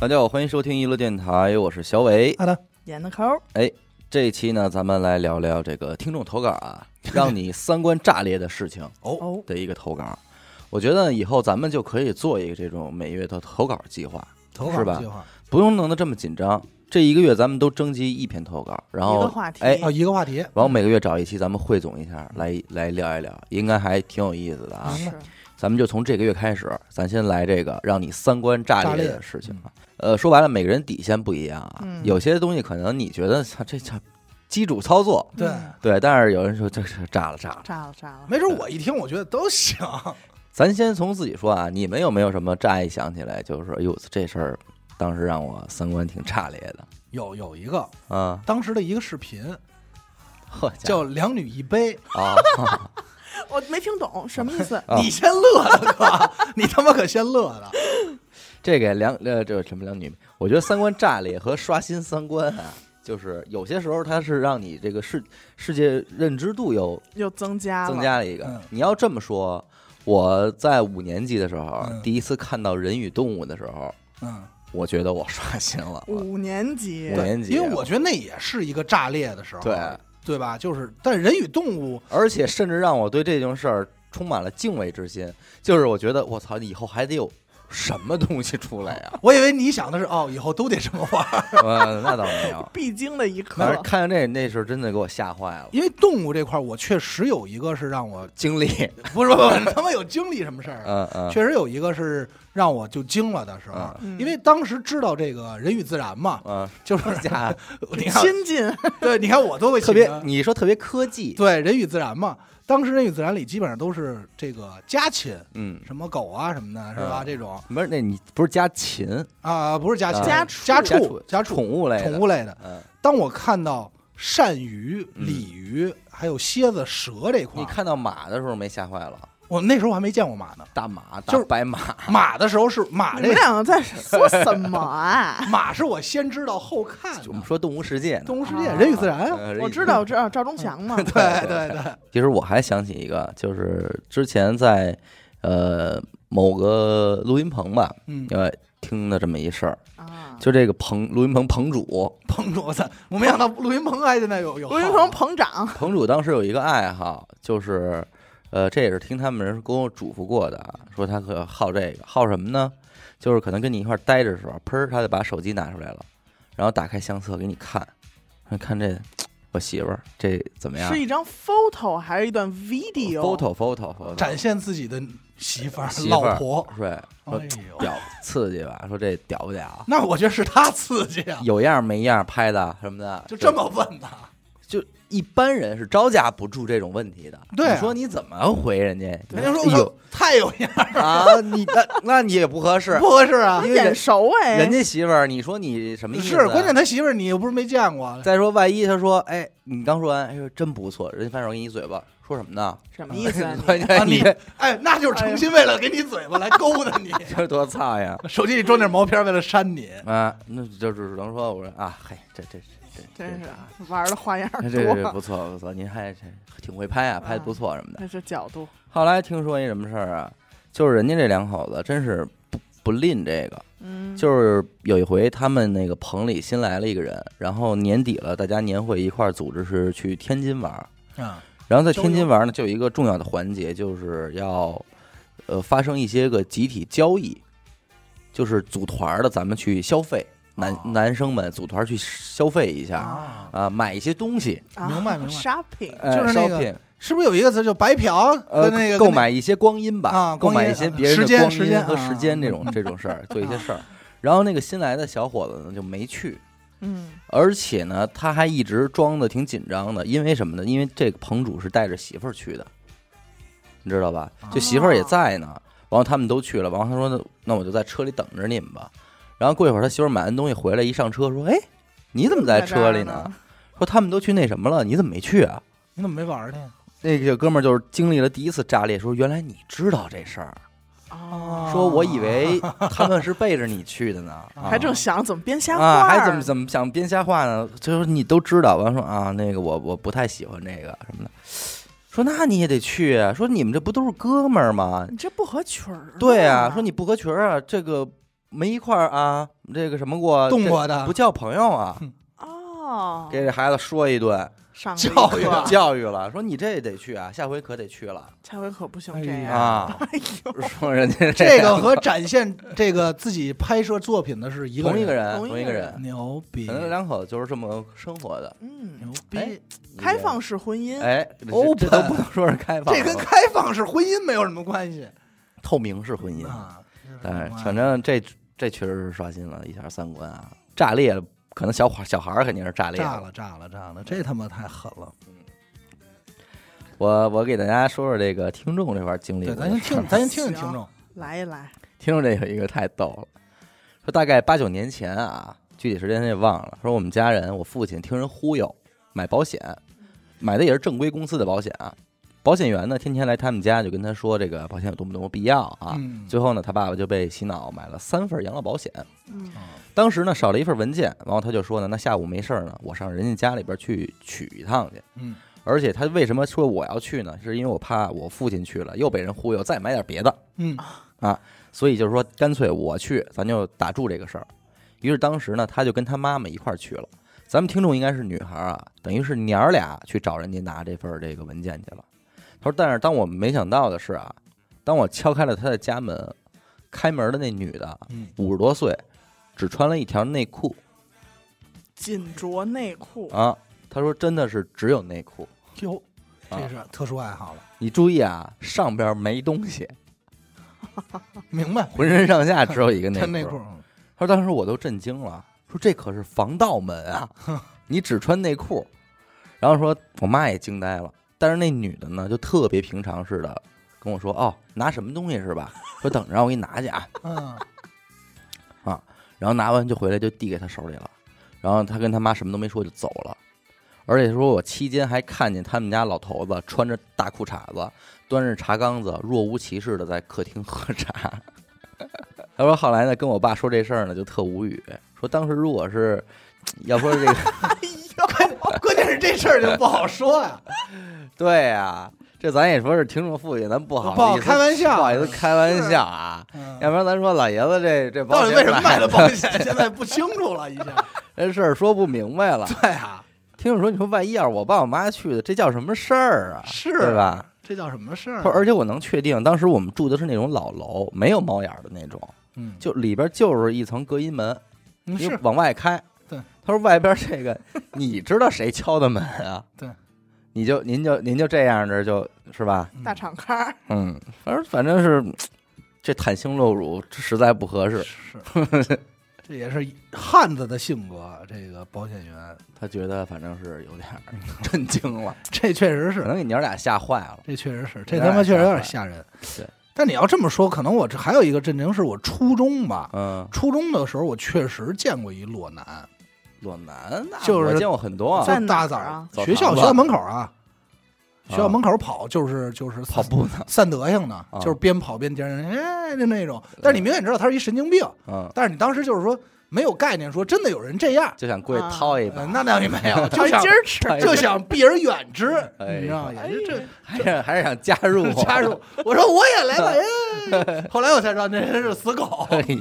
大家好，欢迎收听娱乐电台，我是小伟。好的，演的抠，这一期呢，咱们来聊聊这个听众投稿啊，让你三观炸裂的事情哦的一个投稿。我觉得以后咱们就可以做一个这种每月的投稿计划，投是稿吧计划不用弄得这么紧张。这一个月咱们都征集一篇投稿，然一个后话题，哎哦，一个话题，然后每个月找一期，咱们汇总一下，来来聊一聊，应该还挺有意思的啊。是咱们就从这个月开始，咱先来这个让你三观炸炸裂裂的事情啊。呃，说白了，每个人底线不一样啊，嗯有些东西可能你觉得操这叫基础操作，对，嗯对，但是有人说这是炸了炸了。炸了炸了，没准我一听我觉得都行，咱先从自己说啊，你们有没有什么乍一想起来就是哎呦这事儿，当时让我三观挺炸裂的 有有一个啊？当时的一个视频呵，家叫“两女一杯伙啊，，我没听懂什么意思啊”，你先乐了哥， 你他妈可先乐了，这个两呃，这个什么两女，我觉得三观炸裂和刷新三观啊，就是有些时候它是让你这个世世界认知度又又增加了，增加了一个。嗯你要这么说，我在五年级的时候、嗯第一次看到人与动物的时候， 嗯，我觉觉得我刷新了。五年级五对年级因为我觉得那也是一个炸裂的时候，对，对吧？就是，但人与动物，、而且甚至让我对这件事儿充满了敬畏之心，就是我觉得我操，以后还得有什么东西出来呀 我以为你想的是哦，以后都得这么玩儿， 呃，那倒没有，必经的一反正刻，看见这那时候真的给我吓坏了。因为动物这块儿我确实有一个是让我经历， 不是不是他妈有经历什么事儿啊，嗯嗯，确实有一个是让我就惊了的时候，啊嗯因为当时知道这个人与自 然嘛，嗯，就是 家你看，亲近，对，你看我多会特紧别，张你说特别科技，对人与自然嘛。当时人与自然里基本上都是这个家禽，嗯，什么狗啊什么的，是吧？嗯这种不是那你不是家禽，啊，不是家禽，家畜家家畜畜、家宠物类的，宠物类的。嗯，当我看到鳝鱼、嗯鲤鱼还有蝎子、蛇这块你儿，看到马的时候没吓坏了？我那时候还没见过马呢。大马，就是大白 马，马的时候是马你这们两个在说什么啊？马是我先知道后看我们的，说动物世界呢，动物世界、啊人与自然啊，呃我知道，我。知道赵忠祥嘛，对对对，其实我还想起一个，就是之前在呃某个录音棚吧，嗯，呃听的这么一事儿，啊， 就这个棚录音棚棚主，棚主，我操！我没想到录音棚还现在有有罗云号啊鹏捧场，棚主当时有一个爱好，就是呃，这也是听他们人跟我嘱咐过的啊，说他可好这个，好什么呢？就是可能跟你一块儿待着的时候，砰儿，他就把手机拿出来了，然后打开相册给你看，看这我媳妇儿这怎么样是一张 photo 还是一段 video？ ？photo photo photo，展现自己的媳妇儿、媳妇儿哦老婆。对，哎说呦，屌刺激吧，说这屌不屌？那我觉得是他刺激啊，有样没样拍的什么的，就这么问的。就一般人是招架不住这种问题的。对啊你说你怎么回人家？人家说哎呦我太有样儿啊，你那那你也不合适了，，不合适啊他。因为人眼熟哎，人家媳妇儿，你说你什么意思啊？是，关键他媳妇儿你又不是没见过，再说万一他说，哎，你刚说完，哎呦真不错，人家反手给你一嘴巴，说什么呢？什么意 思啊？关你键你啊哎，那就是诚心为了给你嘴巴来勾搭你，这多操呀！ 手机里装点毛片儿为了删你。啊，那就只能说我说啊，嘿，这这这这真是玩的花样这这这多，不错不错，您还这挺会拍啊，拍的不错什么的。那是角度，后来听说一什么事儿啊，就是人家这两口子真是不不吝这个，嗯，就是有一回他们那个棚里新来了一个人，然后年底了，大家年会一块儿组织是去天津玩儿，啊，然后在天津玩儿呢，就有一个重要的环节，就是要呃发生一些个集体交易，就是组团儿的咱们去消费，男、哦男生们组团儿去消费一下啊，啊、买一些东西，啊明白明白 shopping 呃、就是那个 shopping 是不是有一个词就白嫖呃跟那个购买一些光阴吧，啊购光阴买一些别人的时间光时间阴和时间啊这种、这种事儿，做一些事儿。然后那个新来的小伙子呢就没去，嗯，而且呢他还一直装的挺紧张的，因为什么呢？因为这个棚主是带着媳妇儿去的，你知道吧？就媳妇哦儿也在呢。然后他们都去了，然后他说那：“那我就在车里等着你们吧。”然后过一会儿，他媳妇儿买完东西回来，一上车说：“哎，你怎么在车里呢？？说他们都去那什么了，你怎么没去啊？”你怎么没玩儿呢？那个哥们儿就是经历了第一次炸裂，说原来你知道这事儿，哦，说我以为他们是背着你去的呢，啊还正想怎么编瞎话啊，儿，还怎么怎么想编瞎话呢？就是你都知道，完了说啊，那个我我不太喜欢这个什么的，说那你也得去啊，说你们这不都是哥们儿吗？你这不合群儿。啊对啊，说你不合群儿啊，这个没一块儿啊，这个什么过动呃这过的不叫朋友啊，哦，给这孩子说一顿，上了一教育课啊教育了，说你这得去啊，下回可得去了下回可不行哎这呀样。啊。哎呦，说人家这个样和展现这个自己拍摄作品的是一个同一个人，人，同一同一个个人人，牛逼，可能两口子就是这么生活的。牛嗯，哎逼，开放式婚姻，哎，这这 Open 都不能说是开放，这跟开放式婚姻没有什么关系 透明式婚姻。啊。嗯哎，反正这这确实是刷新了一下三观啊，炸裂了。可能小伙小孩儿肯定是炸裂炸了炸了炸了，这他妈太狠了！我我给大家说说这个听众这块儿经历对，过的咱事儿，先听，咱先听听听众，来一来，听众这有一个太逗了，说大概八九年前啊，具体时间也忘了。说我们家人，我父亲听人忽悠买保险，买的也是正规公司的保险啊。保险员呢，天天来他们家就跟他说这个保险有多么多么必要啊。嗯最后呢，他爸爸就被洗脑买了三份养老保险。嗯当时呢少了一份文件，然后他就说呢，那下午没事儿呢，我上人家家里边去取一趟去。嗯，而且他为什么说我要去呢？是因为我怕我父亲去了又被人忽悠，再买点别的。嗯所以就是说，干脆我去，咱就打住这个事儿。于是当时呢，他就跟他妈妈一块儿去了。咱们听众应该是女孩啊，等于是娘儿俩去找人家拿这份儿这个文件去了。他说：“但是当我没想到的是啊，当我敲开了他的家门，开门的那女的嗯，五十多岁，只穿了一条内裤紧着内裤，啊。他说真的是只有内裤。哟，啊这是特殊爱好了，你注意啊，上边没东西，明白？浑身上下只有一个内穿裤。内裤，嗯他说当时我都震惊了，说这可是防盗门啊，你只穿内裤。然后说我妈也惊呆了，但是那女的呢就特别平常似的跟我说哦拿什么东西是吧？说等着啊我给你拿去啊，嗯， 然后拿完就回来就递给他手里了，然后他跟他妈什么都没说就走了。而且说，我期间还看见他们家老头子穿着大裤衩子，端着茶缸子，若无其事的在客厅喝茶。 他说后来呢，跟我爸说这事儿呢，就特无语，说当时如果是要说这个， 哎呦，关键是这事儿就不好说呀，对呀、这咱也说是听众父亲，咱不好不好意思开玩 笑不好意思开玩笑啊，嗯 要不然咱说老爷子这这保到险底为什么买卖了保险，现在不清楚了，已经。这事儿说不明白了。对啊，听着说，你说万一要是我爸我妈去的，这叫什么事儿啊？是嗯对吧？这叫什么事他儿啊说，？而且我能确定，当时我们住的是那种老楼，没有猫眼儿的那种，嗯，就里边就是一层隔音门，嗯你是往外开。对，他说外边这个， 你知道谁敲的门啊？对，你就您就您就这样着就是吧？大敞开 儿，嗯，反正反正是这袒胸露乳，这实在不合适。是，这也是汉子的性格。这个保险员，他觉得反正是有点儿 震惊了，这确实可是，能给娘俩吓坏了。这确实是，这这有点他妈确实有点吓人。对，但你要这么说，可能我这还有一个震惊，是我初中吧。嗯，初中的时候，我确实见过一裸男，裸男那就是我见过很多啊，在就哪大儿早啊澡学校堂子学校门口啊，学校门口跑就是就是跑步呢，散德行呢，啊就是边跑边颠人，哎，就那种。但是你明显知道他是一神经病， 嗯，但是你当时就是说没有概念，说真的有人这样，就想过去掏一把呃，那倒也没 有，就想今儿吃，就想避而远之，哎你知道吗？也是这还是还是想加入 加入。我说我也来吧，哎，后来我才知道那人是死狗， 哎呦，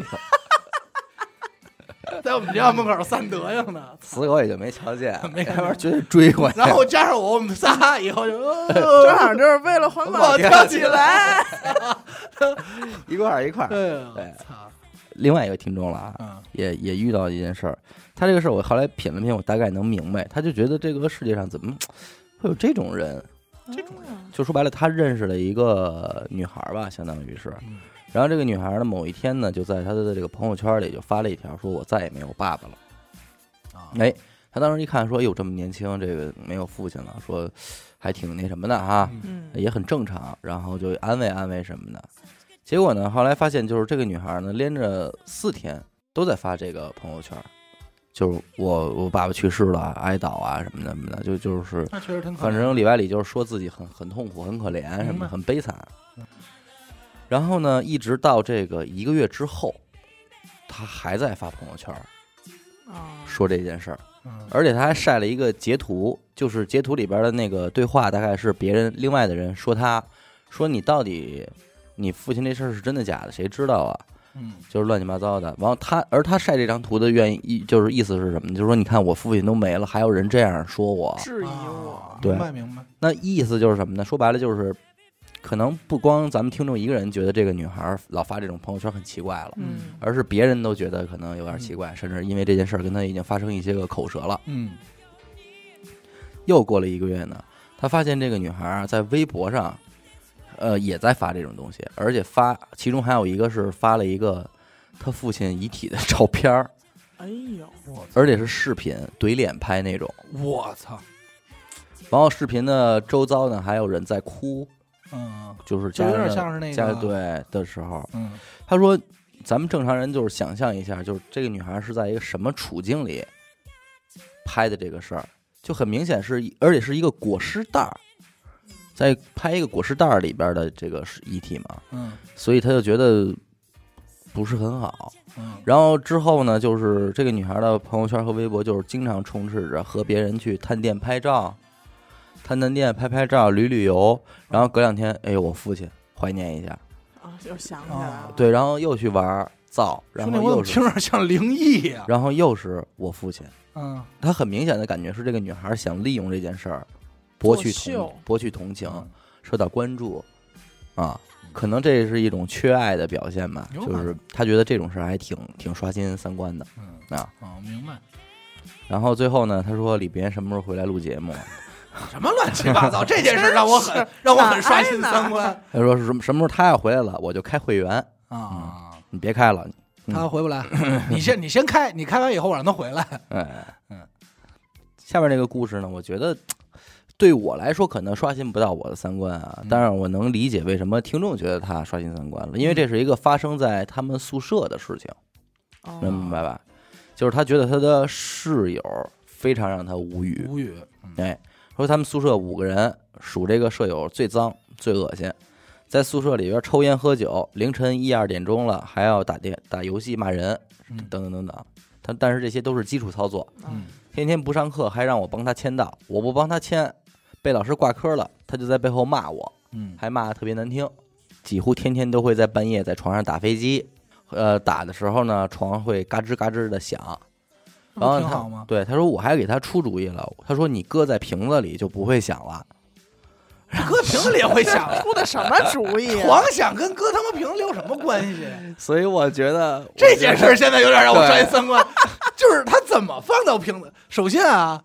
在我们学校门口散德行呢。死狗也就没瞧见， 没看见要不然绝对追过去。 然后加上我，我们仨以后就哎呃正好就是为了环保我跳跳起起 来， 一块儿一块儿。对哎呀，对操，另外一个听众了啊，嗯也也遇到一件事儿，他这个事儿我后来品了品，我大概能明白，他就觉得这个世界上怎么会有这种人？这种人就说白了，他认识了一个女孩儿吧，相当于是嗯。然后这个女孩儿呢，某一天呢，就在她的这个朋友圈里就发了一条，说我再也没有爸爸了。啊，哎，他当时一看说，哎哟，这么年轻，这个没有父亲了，说还挺那什么的哈，嗯嗯，也很正常，然后就安慰安慰什么的。结果呢，后来发现就是这个女孩呢，连着四天都在发这个朋友圈，就是我我爸爸去世了，哀悼啊什么的什么的，就就是那确实挺可反怜。正里外里就是说自己很很痛苦、很可怜什么明白的，很悲惨。然后呢，一直到这个一个月之后，他还在发朋友圈啊说这件事儿，嗯而且他还晒了一个截图，就是截图里边的那个对话，大概是别人另外的人说他，说你到底你父亲这事儿是真的假的？谁知道啊？嗯就是乱七八糟的。然后他，而他晒这张图的愿意，就是意思是什么？就是说，你看我父亲都没了，还有人这样说我，质疑啊我，对明白明白，那意思就是什么呢？说白了就是，可能不光咱们听众一个人觉得这个女孩老发这种朋友圈很奇怪了，嗯，而是别人都觉得可能有点奇怪，甚至因为这件事儿跟他已经发生一些个口舌了。嗯又过了一个月呢，他发现这个女孩儿在微博上，呃，也在发这种东西，而且发其中还有一个是发了一个他父亲遗体的照片儿，哎呦，我操而且是视频怼脸拍那种。我操，然后视频的周遭呢还有人在哭，嗯，就是就家有人点的像是那家个，对的时候，嗯他说咱们正常人就是想象一下，就是这个女孩是在一个什么处境里拍的这个事儿，就很明显是，而且是一个裹尸袋儿，在拍一个裹尸袋儿里边的这个是遗体嘛，嗯所以他就觉得不是很好。嗯，然后之后呢，就是这个女孩的朋友圈和微博就是经常充斥着和别人去探店拍照，探探店拍拍照、旅旅游，然后隔两天，哎呦，我父亲怀念一下，啊，又想起来了，对，然后又去玩儿造，然兄弟，后我怎又么是听着像灵异呀？然后又是我父亲，嗯，他很明显的感觉是这个女孩想利用这件事儿，博取作秀同博取同情，嗯受到关注，啊，可能这是一种缺爱的表现吧，有可就能是他觉得这种事儿还挺挺刷新三观的嗯啊。哦，明白，然后最后呢，他说李别什么时候回来录节目？什么乱七 八糟，这件事让我很让我很刷新哪儿三观他说什么什么时候他要回来了，我就开会员，啊。你别开了，嗯他回 不来，你先你先开，你开完以后我让他回来。哎，嗯。下面这个故事呢，我觉得对我来说可能刷新不到我的三观啊，嗯但是我能理解为什么听众觉得他刷新三观了，因为这是一个发生在他们宿舍的事情，哦嗯能明白吧？就是他觉得他的室友非常让他无语，无语，嗯哎，说他们宿舍五个人，数这个舍友最脏、最恶心，在宿舍里边抽烟喝酒，凌晨一二点钟了还要打电打游戏骂人，嗯等等等等。他但是这些都是基础操作，嗯嗯，天天不上课还让我帮他签到，我不帮他签，被老师挂科了，他就在背后骂我，嗯还骂得特别难听，几乎天天都会在半夜在床上打飞机，呃，打的时候呢，床会嘎吱嘎吱的响。然后哦挺他好吗对他说我还给他出主意了，他说你搁在瓶子里就不会响了。嗯搁瓶子里也会 想，出的什么主意？啊狂想跟搁他妈瓶子里有什么关系？所以啊我觉得这件事儿现在有点让我对刷新三观， 就是他怎么放到瓶子？首先啊，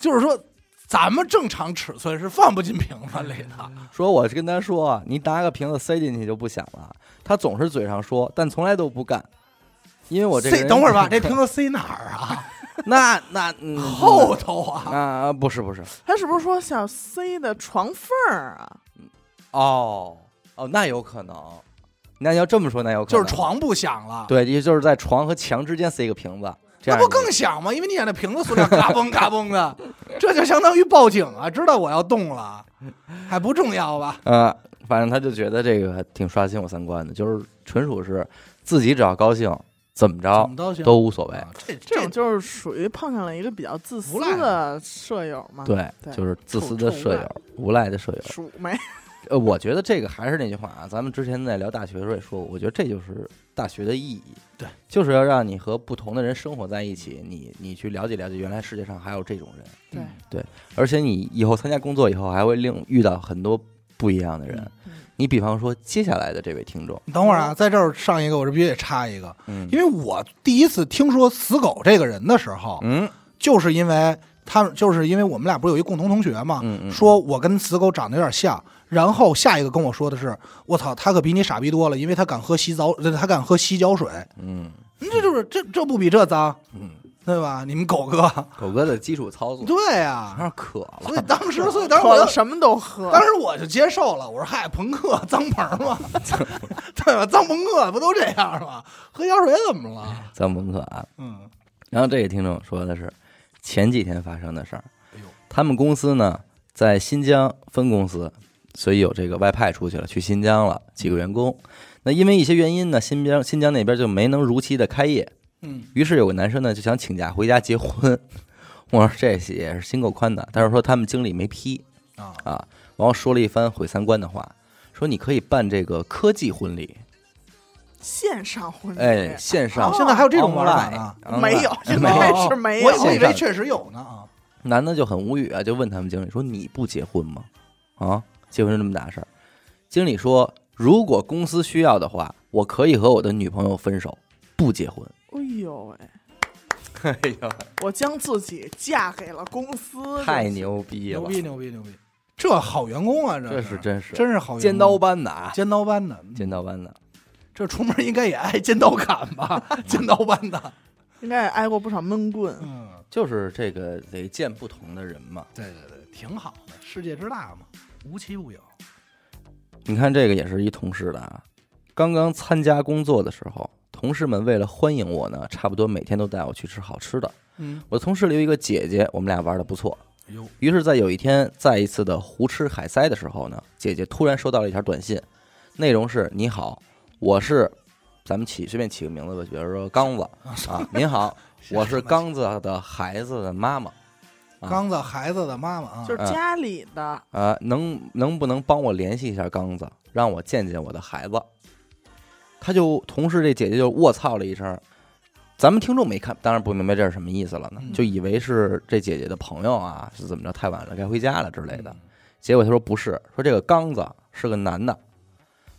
就是说咱们正常尺寸是放不进瓶子里的，说我跟他说你拿个瓶子塞进去就不响了，他总是嘴上说，但从来都不干。因为我这个塞人等会儿 吧，这瓶子塞哪儿啊？那那、嗯、后头啊，啊不是不是他是不是说想塞的床缝儿啊？哦哦，那有可能。那要这么说，那有可就能是床不响了。对，也就是在床和墙之间塞一个瓶子，这那样不你更响吗？因为你想那瓶子塑料嘎嘣嘎嘣的，这就相当于报警啊！知道我要动了，还不重要吧？呃，反正他就觉得这个挺刷新我三观的，就是纯属是自己只要高兴，怎么着怎么都行，都无所谓啊。这这这种就是属于碰上了一个比较自私无赖的舍友嘛，，对，对就是自私的宠舍友，无赖的舍友。鼠没，呃，我觉得这个还是那句话啊，咱们之前在聊大学的时候也说过，我觉得这就是大学的意义。对，就是要让你和不同的人生活在一起，你你去了解了解，原来世界上还有这种人。对，而且你以后参加工作以后，还会另遇到很多不一样的人。嗯你比方说接下来的这位听众，你等会儿啊，在这儿上一个，我这必须得插一个，嗯因为我第一次听说死狗这个人的时候，嗯就是因为他们，就是因为我们俩不是有一共同同学嘛，嗯嗯，说我跟死狗长得有点像。然后下一个跟我说的是，我操，他可比你傻逼多了，因为他敢喝洗澡，他敢喝洗脚水，嗯你这就是这这不比这脏，嗯，对吧？你们狗哥，狗哥的基础操作，对呀、 有点渴了，所以当时，所以当时喝我了就，什么都喝，当时我就接受了。我说：“嗨，朋克脏盆儿 嘛，对吧？脏朋克不都这样吗？喝香水怎么了？咱们不渴啊。嗯，然后这个听众说的是前几天发生的事儿哎呦，他们公司呢在新疆分公司，所以有这个外派出去了，去新疆了几个员工。那因为一些原因呢，新疆新疆那边就没能如期的开业，嗯，于是有个男生呢就想请假回家结婚。我说这也是心够宽的，但是说他们经理没批啊，啊，然后说了一番毁三观的话，说你可以办这个科技婚礼，线上婚礼，哎，线上哦现在还有这种玩法 online 呢？ online 没有， 应没有有。该是没有我。我以为确实有呢啊。男的就很无语啊，就问他们经理说：“你不结婚吗？啊，结婚是那么大事儿。”经理说：“如果公司需要的话，我可以和我的女朋友分手，不结婚。哎呦喂， 哎呦，我将自己嫁给了公司，太牛逼牛了！逼牛逼牛逼！这好员工啊，这是是真是嗯真是好员工尖刀般的啊，尖刀般的，尖刀般的。这出门应该也挨尖刀砍 吧？尖刀般的，应该也挨过不少闷棍。嗯，就是这个得见不同的人嘛。对对对，挺好的，世界之大嘛，无奇不有。你看这个也是一同事的啊，刚刚参加工作的时候，同事们为了欢迎我呢，差不多每天都带我去吃好吃的。嗯，我同事里有一个姐姐，我们俩玩的不错。哟，于是，在有一天再一次的胡吃海塞的时候呢，姐姐突然收到了一条短信，内容是：“你好，我是，咱们起随便起个名字吧，比如说刚子啊，您好，我 是刚子的孩子的妈妈啊刚子孩子的妈妈啊就，是嗯家里的，啊，能能不能帮我联系一下刚子，让我见见我的孩子？”他就同时这姐姐就卧槽了一声，咱们听众没看，当然不明白这是什么意思了呢，嗯就以为是这姐姐的朋友啊，是怎么着太晚了该回家了之类的。嗯，结果他说不是，说这个刚子是个男的，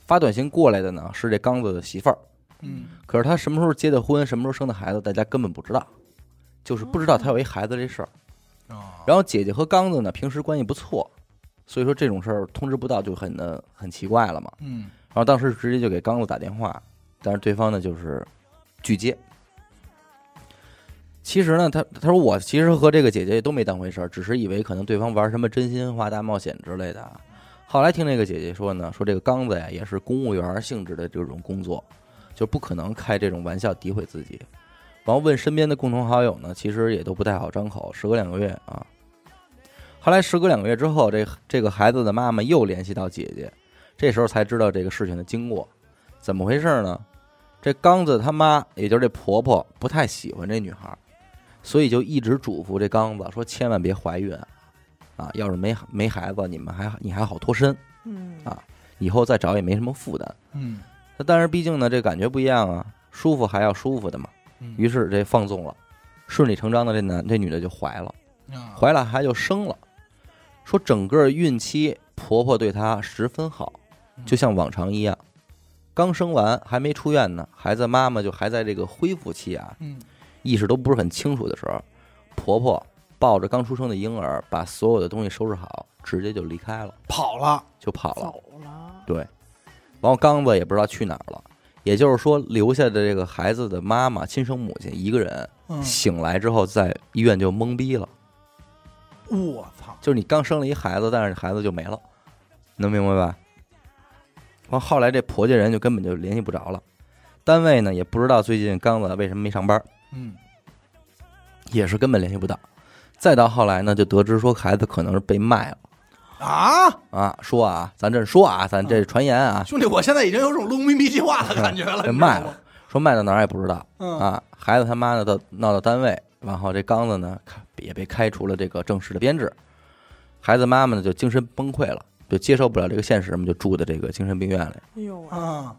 发短信过来的呢是这刚子的媳妇儿，嗯，可是他什么时候结的婚，什么时候生的孩子，大家根本不知道，就是不知道他有一孩子这事儿。啊，然后姐姐和刚子呢平时关系不错，所以说这种事儿通知不到就很的很奇怪了嘛。嗯，然后当时直接就给刚子打电话，但是对方呢就是拒接。其实呢，他他说我其实和这个姐姐都没当回事儿，只是以为可能对方玩什么真心话大冒险之类的啊。后来听那个姐姐说呢，说这个刚子呀也是公务员性质的这种工作，就不可能开这种玩笑诋毁自己。然后问身边的共同好友呢，其实也都不太好张口。时隔两个月啊，后来时隔两个月之后，这这个孩子的妈妈又联系到姐姐，这时候才知道这个事情的经过，怎么回事呢？这刚子他妈，也就是这婆婆，不太喜欢这女孩儿，所以就一直嘱咐这刚子说，千万别怀孕啊啊！要是没没孩子，你们还你还好脱身，嗯啊以后再找也没什么负担。嗯，那但是毕竟呢，这感觉不一样啊，舒服还要舒服的嘛。嗯于是这放纵了，顺理成章的这男这女的就怀了，啊怀了还就生了。说整个孕期，婆婆对她十分好，就像往常一样。刚生完还没出院呢，孩子妈妈就还在这个恢复期啊，嗯，意识都不是很清楚的时候，婆婆抱着刚出生的婴儿，把所有的东西收拾好，直接就离开了，跑了，就跑了。走了，对，然后刚子也不知道去哪儿了，也就是说，留下的这个孩子的妈妈亲生母亲一个人嗯，醒来之后，在医院就懵逼了，我操，就是你刚生了一孩子，但是孩子就没了，能明白吧？完后来这婆家人就根本就联系不着了，单位呢也不知道最近刚子为什么没上班，嗯，也是根本联系不到。再到后来呢，就得知说孩子可能是被卖了啊，啊，说啊，咱这说啊，咱这传言啊，兄弟，我现在已经有种录迷迷计划的感觉了，被你知道卖嗯吗了，说卖到哪儿也不知道嗯啊。孩子他妈的到闹到单位，然后这刚子呢开也被开除了这个正式的编制，孩子妈妈呢就精神崩溃了，就接受不了这个现实嘛，就住的这个精神病院里。哎呦喂，啊，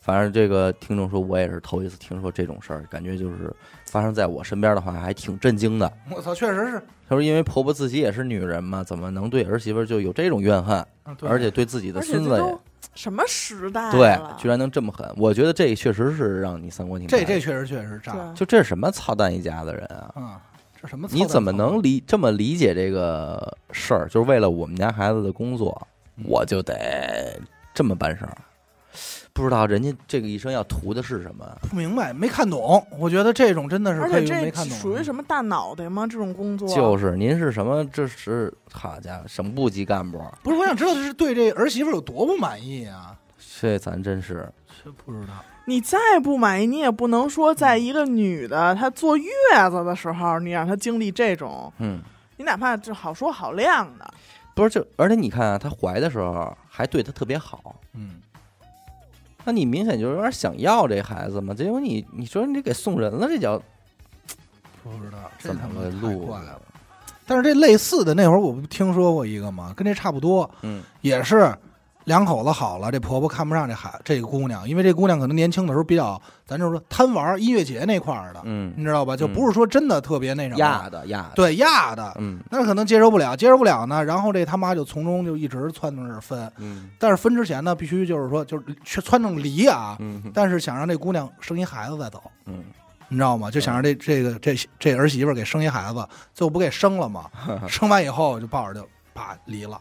反正这个听众说，我也是头一次听说这种事儿，感觉就是发生在我身边的话，还挺震惊的。我操，确实是，他说，因为婆婆自己也是女人嘛，怎么能对儿媳妇儿就有这种怨恨？啊对而且对自己的而且孙这子都也什么时代对，了？居然能这么狠，我觉得这确实是让你三观挺大这的这确实确实炸，对就这是什么操蛋一家子人啊！啊，这什么操蛋操？你怎么能理这么理解这个事儿？就是为了我们家孩子的工作，我就得这么办事儿。不知道人家这个一生要图的是什么？不明白？没看懂？我觉得这种真的是而可且以没这看懂，啊属于什么大脑袋吗？这种工作就是您是什么？这是好家伙，省部级干部，不是，我想知道这是对这儿媳妇有多不满意啊？这咱真是这不知道，你再不满意，你也不能说在一个女的她坐月子的时候，你让她经历这种，嗯。你哪怕就好说好亮的，不是，就而且你看啊，她怀的时候还对她特别好，嗯，那你明显就是有点想要这孩子嘛。结果你你说你给送人了，这叫不知道这怎么他妈个太路怪子了？但是这类似的那会儿我不听说过一个吗？跟这差不多，嗯，也是两口子好了，这婆婆看不上这孩这个姑娘，因为这姑娘可能年轻的时候比较，咱就是说贪玩儿音乐节那块儿的，嗯，你知道吧？就嗯不是说真的特别那什么，压的压的，，对压的，嗯那可能接受不了，接受不了呢，然后这他妈就从中就一直撺掇着分，嗯但是分之前呢，必须就是说就是去撺掇离啊，嗯但是想让这姑娘生一孩子再走，嗯，你知道吗？就想让这这个这这儿媳妇儿给生一孩子，最后不给生了 吗？生完以后就抱着就啪离了，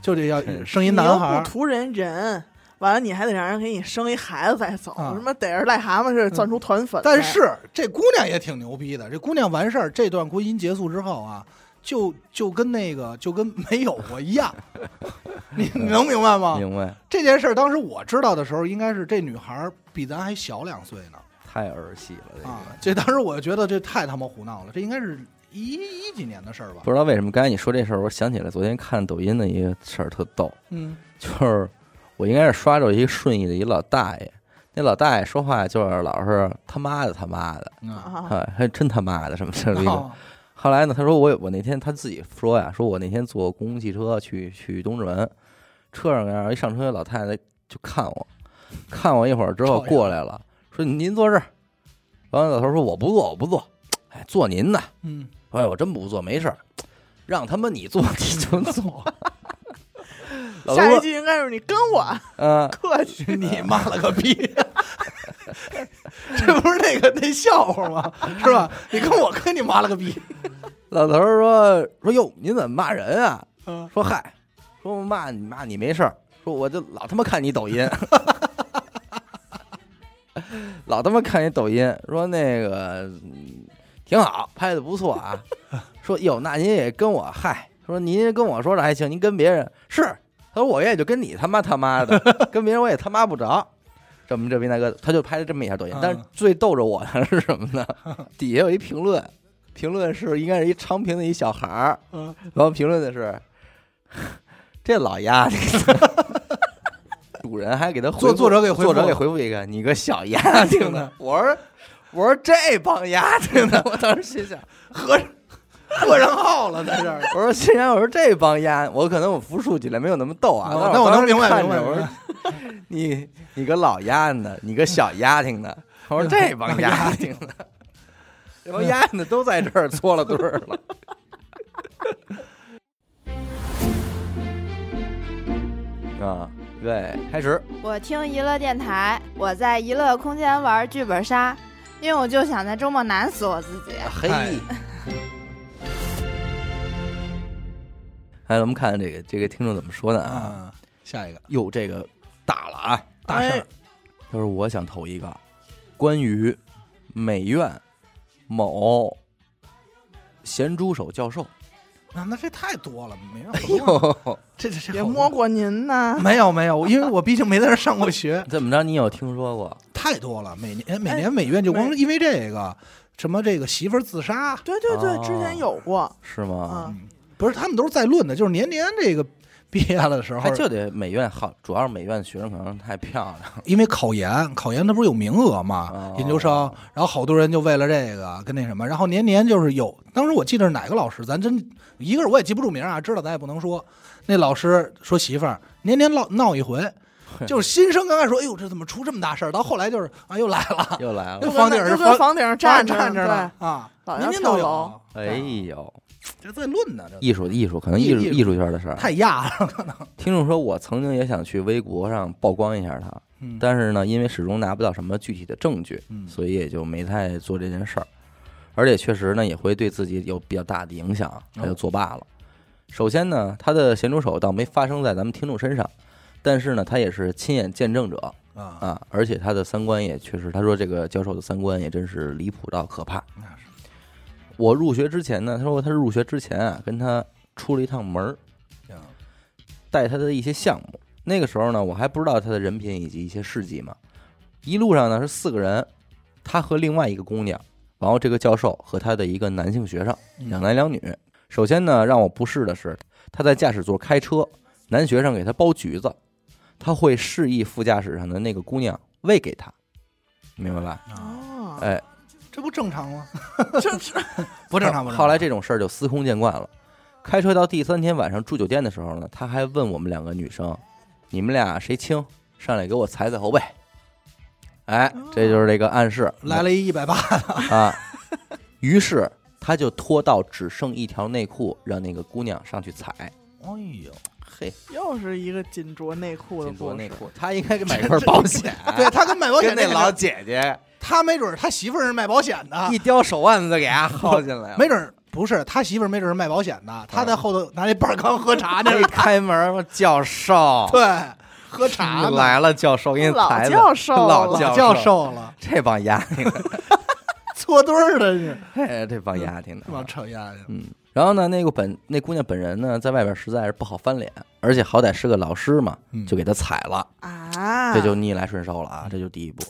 就这要哎真生一你男又孩儿不，图人人，完了你还得让人给你生一孩子再走，啊什么逮着癞蛤蟆似的钻出团粉来。啊但是这姑娘也挺牛逼的，这姑娘完事儿，这段婚姻结束之后啊，就就跟那个就跟没有过一样， 你你能明白吗？明白，这件事儿当时我知道的时候，应该是这女孩儿比咱还小两岁呢太儿戏了这个。啊！这当时我觉得这太他妈胡闹了，这应该是一一几年的事儿吧？不知道为什么，刚才你说这事儿，我想起来昨天看抖音的一个事儿特逗，嗯就是我应该是刷着一个顺义的一老大爷，那老大爷说话就是老是他妈的他妈的，啊，啊，哎，还真他妈的什么事儿然逼的。后后来呢，他说我有我那天他自己说呀，说我那天坐公共汽车去去东直门，车上面一上车，老太太就看我，看我一会儿之后瞅一眼过来了，说您坐这儿。完了，老头说我不坐，我不坐，哎，坐您的。嗯，哎，我真不坐，没事儿，让他妈你坐你就坐。 老头下一说，句应该是你跟我嗯、客气。你妈了个逼！这不是那个那笑话吗？是吧？你跟我跟你妈了个逼！老头说说哟，您怎么骂人啊？嗯说嗨，说骂你骂你没事儿，说我就老他妈看你抖音， 老他妈看你抖音，说那个嗯挺好，拍的不错啊。 说哟，那您也跟我嗨，说您跟我说的还行，您跟别人是，他说我也就跟你他妈他妈的， 跟别人我也他妈不着。这么这斌大哥，他就拍了这么一下抖音，但是嗯最逗着我的是什么呢？底下有一评论，评论是应该是一昌平的一小孩儿，嗯，然后评论的是这老丫头，主人还给他回复作作者给回作复者给回复一个你个小 丫头呢，我说我说这帮丫头呢，我当时心想，合合上号了，在这儿。我说心想我说这帮丫，我可能我复述起来没有那么逗啊，哦但那我我当时能明白看明白着我说你你个老丫呢，你个小丫头呢，我说这帮丫头呢。这帮丫头呢都在这儿搓了堆儿了， 啊，对，开始，我听娱乐电台，我在娱乐空间玩剧本杀，因为我就想在周末难死我自己。嘿哎哎，咱们看看这个这个听众怎么说的啊？啊，下一个哟，这个大了啊！大事儿，他说我想投一个关于美院某咸猪手教 授。那那这太多了，没有。哟，这这这哎别好摸多。过您呐，没有没有，因为我毕竟没在这儿上过学，怎么着？你有听说过？太多了。每年每哎年美院就光没是因为这个什么这个媳妇儿自杀，对对对，之前有过是吗？啊，不是他们都是在论的，就是年年这个毕业了的时候他，就得美院好，主要是美院学生可能太漂亮。因为考研，考研它不是有名额嘛哦，研究生，然后好多人就为了这个跟那什么，然后年年就是有，当时我记得是哪个老师，咱真一个是我也记不住名啊，知道咱也不能说，那老师说媳妇儿年年闹闹 一回，就是新生刚开始说，哎呦这怎么出这么大事儿，到后来就是啊又来了，又来了，那就房跟顶那儿就房跟房顶上站站着 对了，啊，老年要年跳都有楼啊， 哎呦，这在论呢，这艺术艺术，可能艺术艺艺术圈的事儿。太压了，听众说，我曾经也想去微博上曝光一下他，嗯但是呢，因为始终拿不到什么具体的证据，嗯所以也就没太做这件事儿。而且确实呢，也会对自己有比较大的影响，他就哦作罢了。首先呢，他的咸猪手倒没发生在咱们听众身上，但是呢，他也是亲眼见证者啊，啊，而且他的三观也确实，他说这个教授的三观也真是离谱到可怕。那是我入学之前呢，他说他入学之前啊，跟他出了一趟门儿，啊带他的一些项目。那个时候呢，我还不知道他的人品以及一些事迹嘛。一路上呢是四个人，他和另外一个姑娘，然后这个教授和他的一个男性学生，嗯两男两女。首先呢，让我不适的是，他在驾驶座开车，男学生给他剥橘子，他会示意副驾驶上的那个姑娘喂给他，明白吧？啊，哦，哎，这不正常 吗？真是 不正常，不正常。后来这种事儿就司空见惯了。开车到第三天晚上住酒店的时候呢，他还问我们两个女生，你们俩谁轻，上来给我踩踩后背。哎，这就是这个暗示来了一一百八，啊。于是他就脱到只剩一条内裤，让那个姑娘上去踩。哎呦，嘿，又是一个紧着内裤的紧故着事。内裤，他应该买份保 险，啊对他跟卖保险跟那老个，姐姐他没准儿他媳妇儿是卖保险的，一叼手腕子给他薅进 来了，没准儿不是他媳妇儿，没准儿是卖保险的，他在后头拿那半缸 喝茶呢，一开门，我教 授，对，喝茶你呢，来了，教授，给你老抬的教授老了老教教，授了， 这帮丫挺的，搓堆儿的是，嘿这帮丫挺的往扯丫去。嗯，然后呢，那个本那姑娘本人呢，在外边实在是不好翻脸，而且好歹是个老师嘛，嗯就给她踩了，啊，嗯这就逆来顺受了啊，这就第一步。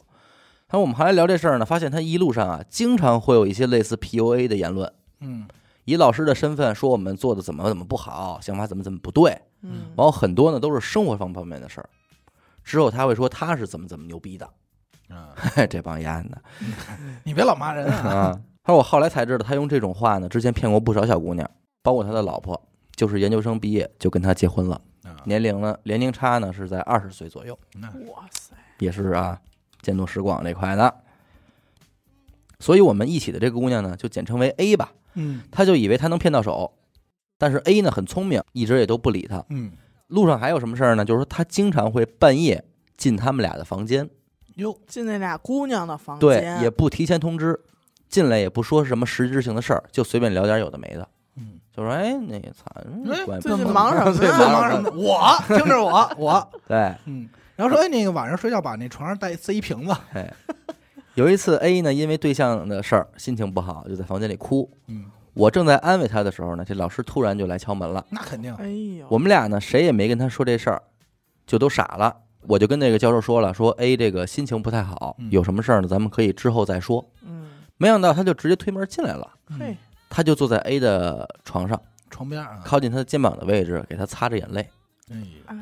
那我们还来聊这事儿呢，发现他一路上啊，经常会有一些类似 PUA 的言论，嗯，以老师的身份说我们做的怎么怎么不好，想法怎么怎么不对，嗯然后很多呢都是生活方方面的事儿。只有他会说他是怎么怎么牛逼的， 嗯这帮丫的。你别老骂人 啊，啊。他说我后来才知道，他用这种话呢，之前骗过不少小姑娘，包括他的老婆，就是研究生毕业就跟他结婚了啊，年龄呢年龄差呢是在二十岁左右，哇塞，也是啊，见多识广这块的。所以我们一起的这个姑娘呢，就简称为 A 吧，嗯他就以为他能骗到手，但是 A 呢很聪明，一直也都不理他。嗯，路上还有什么事儿呢？就是说他经常会半夜进他们俩的房间，哟，进那俩姑娘的房对，间，也不提前通知，进来也不说什么实质性的事儿，就随便聊点有的没的。嗯，就说哎，那个操，哎管最近不忙什么呢对，这 忙什么？我听着我我，对， 嗯，然后说哎，那个晚上睡觉把那床上带塞一瓶子，有一次 A 呢，因为对象的事儿心情不好，就在房间里哭。嗯，我正在安慰他的时候呢，这老师突然就来敲门了。那肯定哎呦，我们俩呢，谁也没跟他说这事儿，就都傻了。我就跟那个教授说了，说 A 这个心情不太好，嗯有什么事儿呢，咱们可以之后再说。嗯，没想到他就直接推门进来了，嘿，他就坐在 A 的床上，床边啊，靠近他的肩膀的位置，给他擦着眼泪。哎呦，啊，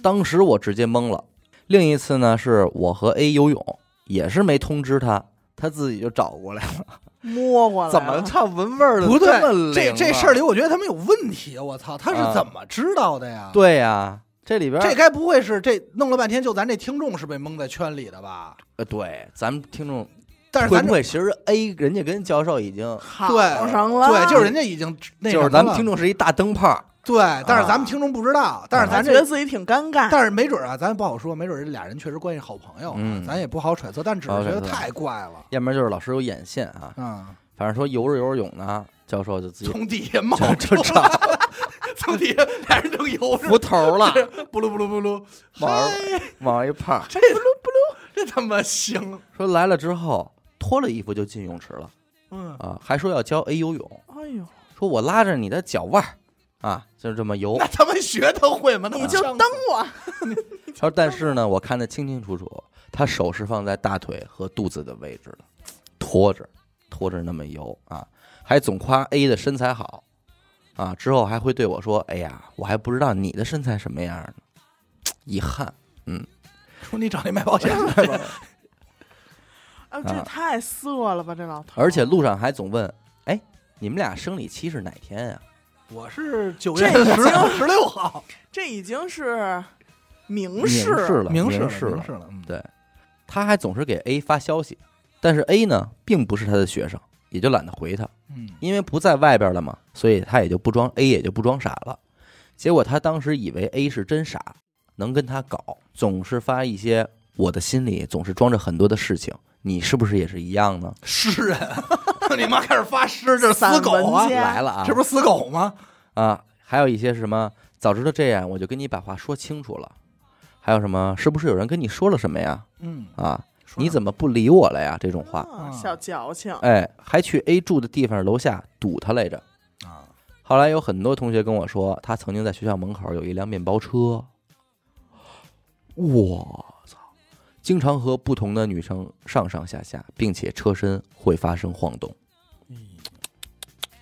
当时我直接懵了。另一次呢，是我和 A 游泳，也是没通知他，他自己就找过来 了。摸过来了，怎么差闻味儿的不对这么，这灵这啊事儿里我觉得他们有问题，啊我操，他是怎么知道的呀？对呀、这里边这该不会是这弄了半天就咱这听众是被蒙在圈里的吧？呃对，咱们听众但是会咱不这会其实 A 人家跟教授已经好对上了？对，就是人家已经那就什么是咱们了听众是啊一大灯泡，对，但是咱们听众不知道，但是他咱啊觉得这。自己挺尴尬，但是没准啊，咱不好说，没准这俩人确实关系好朋友啊，嗯咱也不好揣测，但只是觉得不好揣测太怪了要不然就是老师有眼线啊。啊！反正说游着游着泳呢，教授就自己从底下冒就出就来，找 从底下俩人正游着，浮头了， 不噜不噜不噜，往上 往上一泡。这不噜不噜，这他妈行！说来了之后脱了衣服就进泳池了嗯，啊，还说要教 A 游泳，哎呦，说我拉着你的脚腕儿啊，就是这么 游那。他妈学他会吗？那你就哦当啊蹬我，他说：“但是呢，我看得清清楚楚，他手是放在大腿和肚子的位置的，拖着，拖着那么游啊，还总夸 A 的身材好啊，之后还会对我说：‘哎呀，我还不知道你的身材什么样呢，遗憾。说你找那卖保险的吧，啊，这太色了吧，这老’头，而且路上还总问：‘哎，你们俩生理期是哪天呀、 我是九这月已十经十六号，这已经是明明示示，了，明明示了，示明了示。了，嗯对’他还总是给 A 发消息，但是 A 呢，并不是他的学生，也就懒得回他。嗯，因为不在外边了嘛，所以他也就不装 A 也就不装傻了。结果他当时以为 A 是真傻，能跟他搞，总是发一些我的心里总是装着很多的事情，你是不是也是一样呢？诗人， 你妈开始发诗，这是死狗啊散文！家来了啊，这不是死狗吗？啊，还有一些什么，早知道这样，我就跟你把话说清楚了。还有什么，是不是有人跟你说了什么呀？嗯，啊，说你怎么不理我了呀？这种话，啊嗯小矫情，哎，还去 A 住的地方楼下堵他来着。啊？后来有很多同学跟我说，他曾经在学校门口有一辆面包车。我操！经常和不同的女生上上下下，并且车身会发生晃动。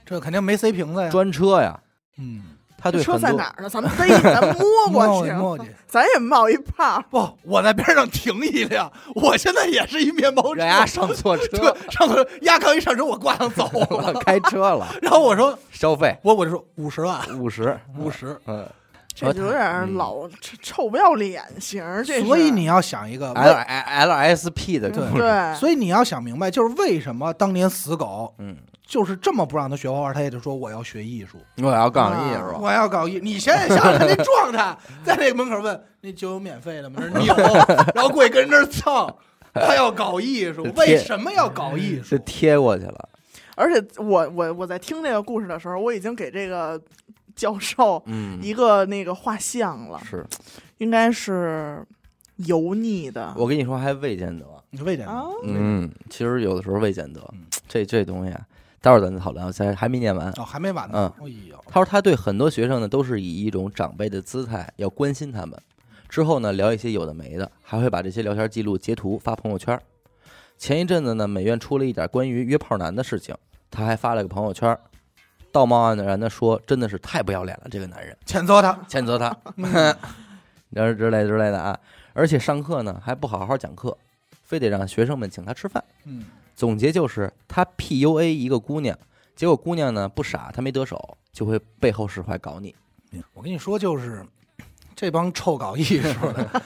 这肯定没塞瓶子呀。专车呀，嗯，他对车很在多哪儿呢？咱们逮，咱们摸 过摸过去去，咱也冒一泡，不，我在边上停一辆，我现在也是一面包车，人家上错车对，上头压刚一上车，我挂上走 了，了，开车了，然后我说，消费我我就说五十万，五十，五十，嗯，这就有点嗯老臭臭不要脸型儿，这所以是你要想一个 L 为， L S P 的对故事，对，所以你要想明白，就是为什么当年死狗嗯，就是这么不让他学画画，他也就说我要学艺术，我要杠艺啊术，我要搞艺。你想想想他那状态，在那个门口问那酒有免费的 吗？那有，然后过去跟人那儿蹭，他要搞艺术这，贴为什么要搞艺术是？贴过去了，而且我我我在听这个故事的时候，我已经给这个教授嗯，一个那个画像了，是应该是油腻的。我跟你说还未见得，你为什啊么？，嗯，其实有的时候未见得嗯，这这东西啊，待会儿咱再讨论，啊，咱还没念完。哦，还没完呢。嗯哎呦，他说他对很多学生呢都是以一种长辈的姿态要关心他们，之后呢聊一些有的没的，还会把这些聊天记录截图发朋友圈。前一阵子呢，美院出了一点关于约炮男的事情，他还发了个朋友圈，道貌岸然的说：“真的是太不要脸了，这个男人，谴责他，谴责 他，然后之类之类的啊。”而且上课呢还不好好讲课，非得让学生们请他吃饭。嗯，总结就是他 PUA 一个姑娘，结果姑娘呢不傻，她没得手，就会背后使坏搞你。我跟你说，就是这帮臭搞艺术 的，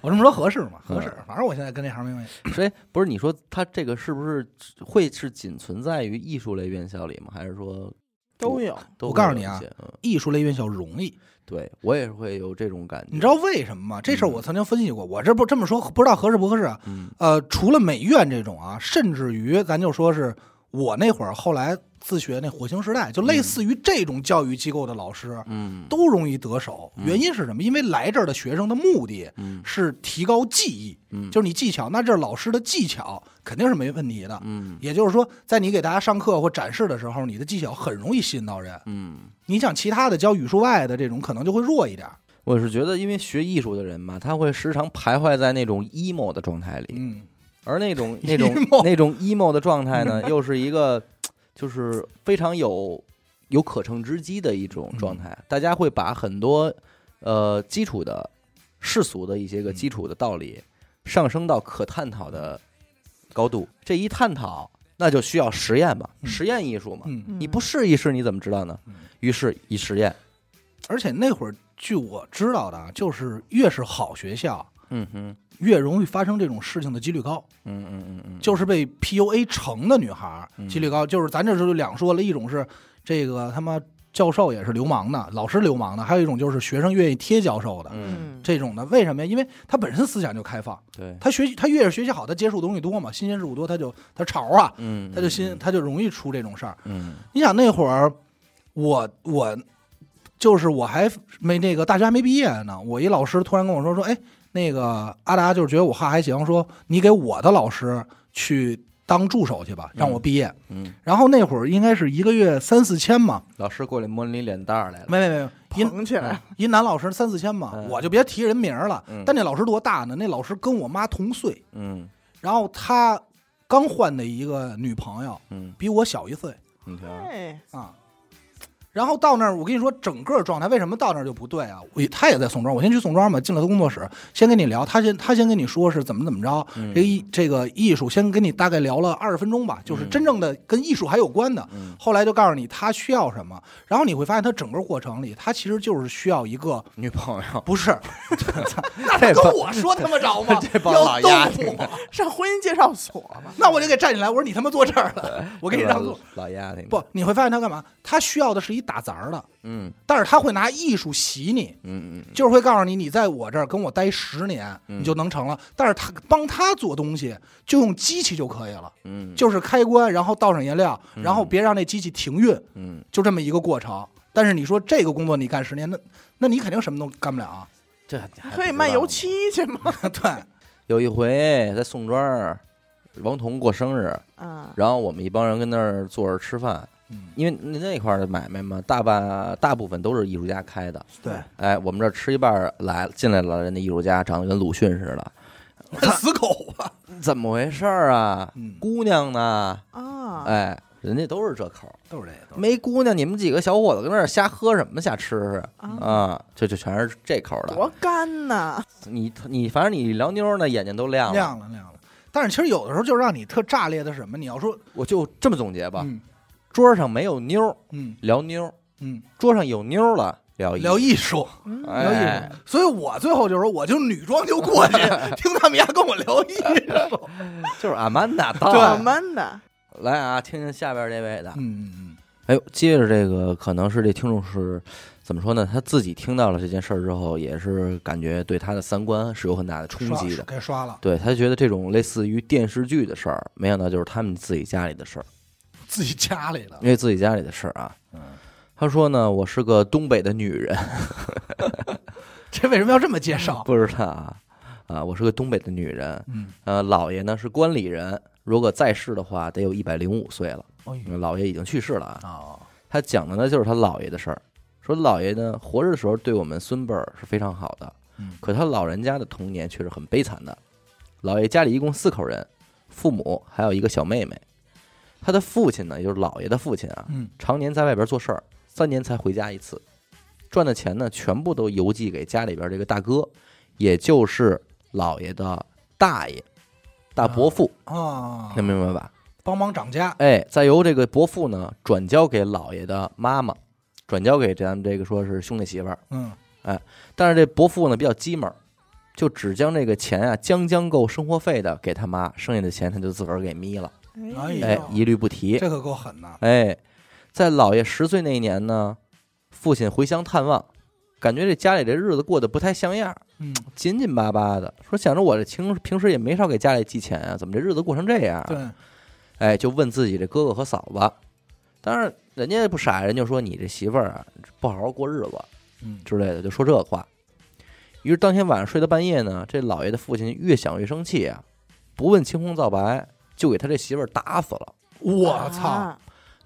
我这么说合适吗？嗯合适，反正我现在跟这行没关系。所以不是你说他这个是不是会是仅存在于艺术类院校里吗？还是说都有，都我会有告诉你啊一些嗯，艺术类院校容易，对我也会有这种感觉。你知道为什么吗？这事儿我曾经分析过，我这不这么说，不知道合适不合适啊。嗯，呃，除了美院这种啊，甚至于咱就说是我那会儿后来自学那火星时代，就类似于这种教育机构的老师，嗯都容易得手。嗯原因是什么？因为来这儿的学生的目的嗯是提高技艺，嗯就是你技巧，那这儿老师的技巧肯定是没问题的。嗯也就是说，在你给大家上课或展示的时候，你的技巧很容易吸引到人。嗯，你想其他的教语数外的这种，可能就会弱一点。我是觉得，因为学艺术的人嘛，他会时常徘徊在那种 emo 的状态里，嗯，而那 种那种 emo 那种 emo 的状态呢，又是一个就是非常有有可乘之机的一种嗯状态。大家会把很多呃基础的世俗的一些个嗯基础的道理上升到可探讨的高度。这一探讨，那就需要实验嘛，嗯实验艺术嘛。嗯，你不试一试，你怎么知道呢嗯？于是一实验，而且那会儿据我知道的啊，就是越是好学校，嗯哼，越容易发生这种事情的几率高，嗯嗯嗯嗯，就是被 PUA 成的女孩儿嗯几率高。就是咱这就两说了，一种是这个他妈教授也是流氓的，老师流氓的，还有一种就是学生愿意贴教授的。嗯，这种的为什么呀？因为他本身思想就开放，对，他学习他越是学习好，他接触东西多嘛，新鲜事物多，他就他潮啊，嗯，他就新他就容易出这种事儿。嗯，你想那会儿，我我就是我还没那个大学还没毕业呢，我一老师突然跟我说说，哎，那个阿达就是觉得我画还行，说你给我的老师去当助手去吧，让我毕业。嗯嗯然后那会儿应该是一个月三四千嘛，老师过来摸你脸蛋儿来了，没没没，一捧起来，一男老师三四千嘛，嗯我就别提人名儿了。嗯但那老师多大呢？那老师跟我妈同岁，嗯然后他刚换的一个女朋友，嗯，比我小一岁。你瞧， 哎，啊。然后到那儿，我跟你说，整个状态为什么到那儿就不对啊？我他也在宋庄，我先去宋庄吧，进了他工作室，先跟你聊，他先他先跟你说是怎么怎么着，嗯这个艺这个艺术先跟你大概聊了二十分钟吧，就是嗯真正的跟艺术还有关的。嗯后来就告诉你他需要什么，然后你会发现他整个过程里，他其实就是需要一个女朋友，不是， 那这他帮跟我说他妈着吗？ 这帮要老 逗丫我，上婚姻介绍所吧。那我就得站起来，我说你他妈坐这儿了，呃我给你让座。老丫头，不，你会发现他干嘛？他需要的是一打杂儿的。嗯但是他会拿艺术洗你，嗯嗯就是会告诉你，你在我这儿跟我待十年，嗯你就能成了。但是他帮他做东西，就用机器就可以了，嗯，就是开关，然后倒上颜料，嗯然后别让那机器停运，嗯就这么一个过程。但是你说这个工作你干十年，那那你肯定什么都干不了 啊。这可以卖油。漆 去吗？对，有一回在宋庄儿，王彤过生日，啊，然后我们一帮人跟那儿坐着吃饭，嗯，因为那那块儿的买卖嘛，大半大部分都是艺术家开的。对，哎，我们这儿吃一半儿来进来了，人家艺术家长得跟鲁迅似的，死狗啊吧。怎么回事儿啊？嗯，姑娘呢？啊，哎，人家都是这口儿，都是这个，都是没姑娘，你们几个小伙子跟那儿瞎喝什么瞎吃啊啊？这就全是这口儿的。多干呐！你你反正你聊妞儿呢，眼睛都亮了。亮了亮了。但是其实有的时候就让你特炸裂的是什么？你要说，我就这么总结吧：嗯桌上没有妞儿，嗯聊妞儿；嗯桌上有妞儿了，聊聊艺术，聊艺哎术，所以我最后就是说，我就女装就过 去，听他们家跟我聊艺术。就是阿曼 达到我了。们的来啊，听听下边这位的。嗯嗯哎呦，接着这个，可能是这听众是怎么说呢？他自己听到了这件事儿之后，也是感觉对他的三观是有很大的嗯，冲刷击的。给刷了， 对他觉得这种类似于电视剧的事儿，没想到就是他们自己家里的事儿，自己家里 的因为自己家里的事儿啊。嗯他说呢，我是个东北的女人，这为什么要这么介绍？不知道啊啊，我是个东北的女人。嗯，呃，姥爷呢是关里人，如果在世的话，得有一百零五岁了。哦因为姥爷已经去世了啊。哦，他讲的呢就是他姥爷的事儿，说姥爷呢活着的时候对我们孙辈儿是非常好的，嗯可他老人家的童年却是很悲惨的。姥爷家里一共四口人，父母还有一个小妹妹。他的父亲呢，也就是姥爷的父亲啊，嗯，常年在外边做事儿，三年才回家一次，赚的钱呢全部都邮寄给家里边这个大哥，也就是姥爷的大爷、大伯父，哦，能明白吧？帮忙涨价，哎，再由这个伯父呢转交给姥爷的妈妈，转交给咱们这个说是兄弟媳妇儿。嗯，但是这伯父呢比较机门儿，就只将这个钱啊将将够生活费的给他妈，剩下的钱他就自个儿给眯了，哎呦哎，一律不提。这可够狠的，哎，在姥爷十岁那一年呢，父亲回乡探望，感觉这家里这日子过得不太像样儿，嗯，紧紧巴巴的。说想着我这平平时也没少给家里寄钱啊，怎么这日子过成这样啊？对，哎，就问自己这哥哥和嫂子。当然，人家也不傻，人就说你这媳妇儿啊不好好过日子嗯，之类的，就说这话。于是当天晚上睡到半夜呢，这老爷的父亲越想越生气啊，不问青红皂白就给他这媳妇儿打死了，啊我操，，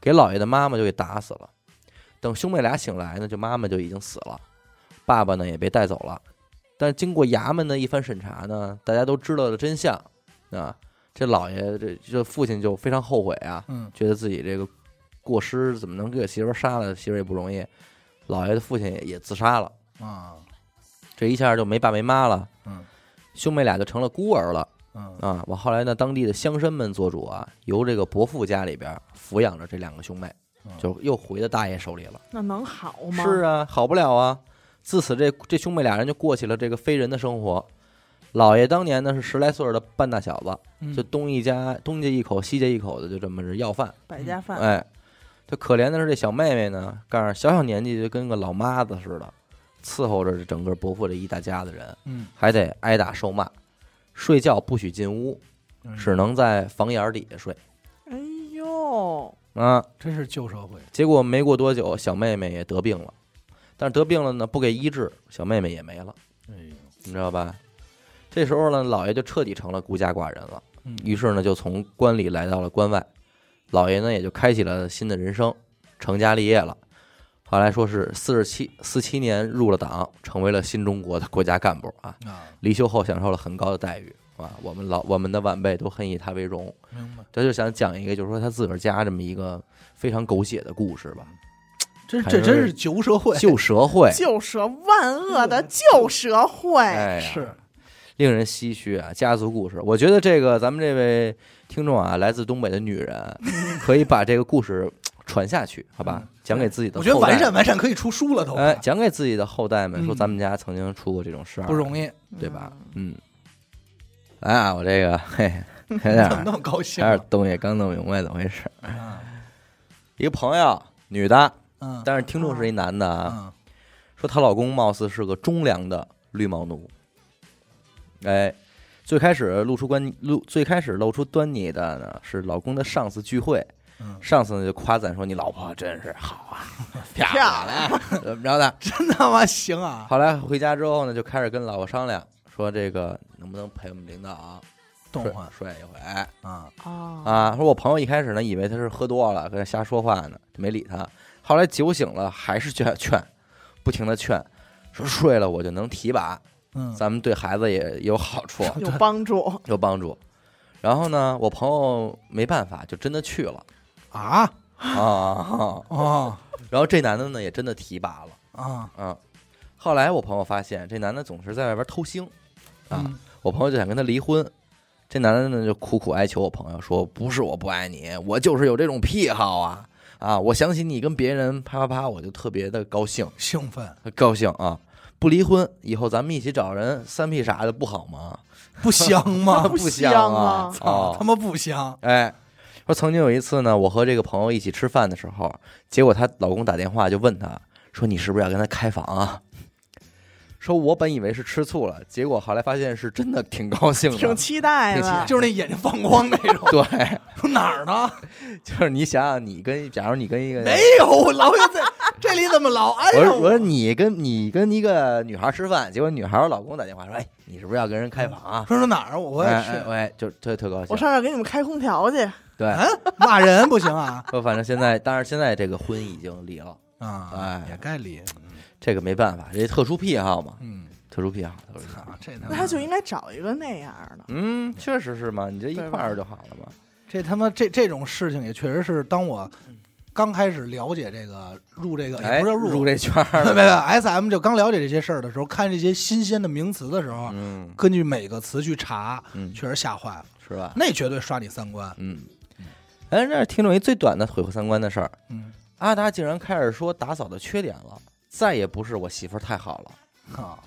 给老爷的妈妈就给打死了。等兄妹俩醒来呢，就妈妈就已经死了，爸爸呢也被带走了。但经过衙门的一番审查呢，大家都知道了真相啊。这老爷这这父亲就非常后悔啊，嗯觉得自己这个过失怎么能给媳妇儿杀了？媳妇儿也不容易，姥爷的父亲也自杀了，啊，这一下就没爸没妈了，嗯兄妹俩就成了孤儿了嗯，啊！我后来呢，当地的乡绅们做主啊，由这个伯父家里边抚养着这两个兄妹，就又回到大爷手里了。那能好吗？是啊，好不了啊！自此这这兄妹俩人就过起了这个非人的生活。姥爷当年呢是十来岁儿的半大小子，嗯就东一家东家一口西家一口的，就这么着要饭。百家饭，哎，这可怜的是这小妹妹呢，告诉你小小年纪就跟个老妈子似的，伺候着这整个伯父这一大家子人，嗯还得挨打受骂，睡觉不许进屋，嗯只能在房檐底下睡哎呦，啊。真是旧社会，结果没过多久，小妹妹也得病了，但是得病了呢，不给医治，小妹妹也没了，哎呦，你知道吧？这时候呢，姥爷就彻底成了孤家寡人了。嗯于是呢，就从关里来到了关外，老爷呢也就开启了新的人生，成家立业了。后来说是四十七四七年入了党，成为了新中国的国家干部啊。啊，离休后享受了很高的待遇啊，我们老我们的晚辈都很以他为荣。明白，他就想讲一个，就是说他自个儿家这么一个非常狗血的故事吧，这还这真是是旧社会，旧社 会，旧社万恶的旧社会，嗯哎呀，是，令人唏嘘啊！家族故事，我觉得这个咱们这位听众啊，来自东北的女 人，可以把这个故事传下去，好吧？讲给自己的嗯我后代，觉得完善完善可以出书了都，哎，讲给自己的后代们，说嗯咱们家曾经出过这种事儿，不容易，易，啊对吧？嗯，来啊，我这个 嘿，还有点怎么那么高兴还有啊？点东西刚弄明白怎么回事。嗯一个朋友，女的，嗯哎但是听众是一男的啊，嗯说她老公貌似是个忠良的绿帽奴。哎，最开始露出端露，最开始露出端倪的呢是老公的上司聚会，嗯，上司呢就夸赞说你老婆真是好啊，漂漂亮，怎么着的？真他妈行啊！后来回家之后呢，就开始跟老婆商量，说这个能不能陪我们领导动睡换睡一回啊，啊，啊？说我朋友一开始呢以为他是喝多了，跟他瞎说话呢，就没理他。后来酒醒了，还是劝劝，不停的劝，说睡了我就能提拔，嗯，咱们对孩子也有好 处，有帮助，有帮助。然后呢，我朋友没办法，就真的去 了啊啊。哦然后这男的呢，也真的提拔了。啊嗯，后来我朋友发现这男的总是在外边偷腥，啊，嗯我朋友就想跟他离婚。这男的呢就苦苦哀求我朋友说：“不是我不爱你，我就是有这种癖好啊，啊，我想起你跟别人啪啪啪，我就特别的高兴，兴奋，高兴啊！不离婚，以后咱们一起找人三 P 啥的，不好吗？ 不香那 吗？不香啊！香操，他哦，妈不香！哎，说曾经有一次呢，我和这个朋友一起吃饭的时候，结果她老公打电话就问她说：“你是不是要跟他开房啊？”说我本以为是吃醋了，结果后来发现是真的挺高兴的挺，期待挺期的待，就是那眼睛放光那种 ，对，说哪儿呢？就是你想想，你跟假如你跟一个没有，我老有在这里怎么老哎安我上说我说你跟你跟一个女孩吃饭，结果女孩老公打电话说：“哎，你是不是要跟人开房啊说说哪儿？？”我也哎，是，哎哎就特特高我兴。上这儿给你们开空调去。对，嗯， 骂人不行啊说反正现在，当然现在这个婚已经离了，啊哎，也该离，这个没办法，这特殊癖好嘛，嗯，特殊癖好，特殊癖好。啊，这他那妈他就应该找一个那样的。 嗯，确实是嘛，你这一块儿就好了嘛。这他妈这这种事情也确实是，当我刚开始了解这个入这个哎，也不是入入这圈 儿没了，没 S M 就刚了解这些事儿的时候，看这些新鲜的名词的时候，嗯根据每个词去查，嗯，确实吓坏了，是吧？那绝对刷你三观。嗯，哎，那听众一最短的毁毁三观的事儿，嗯，阿达竟然开始说打扫的缺点了，再也不是我媳妇儿太好了，啊，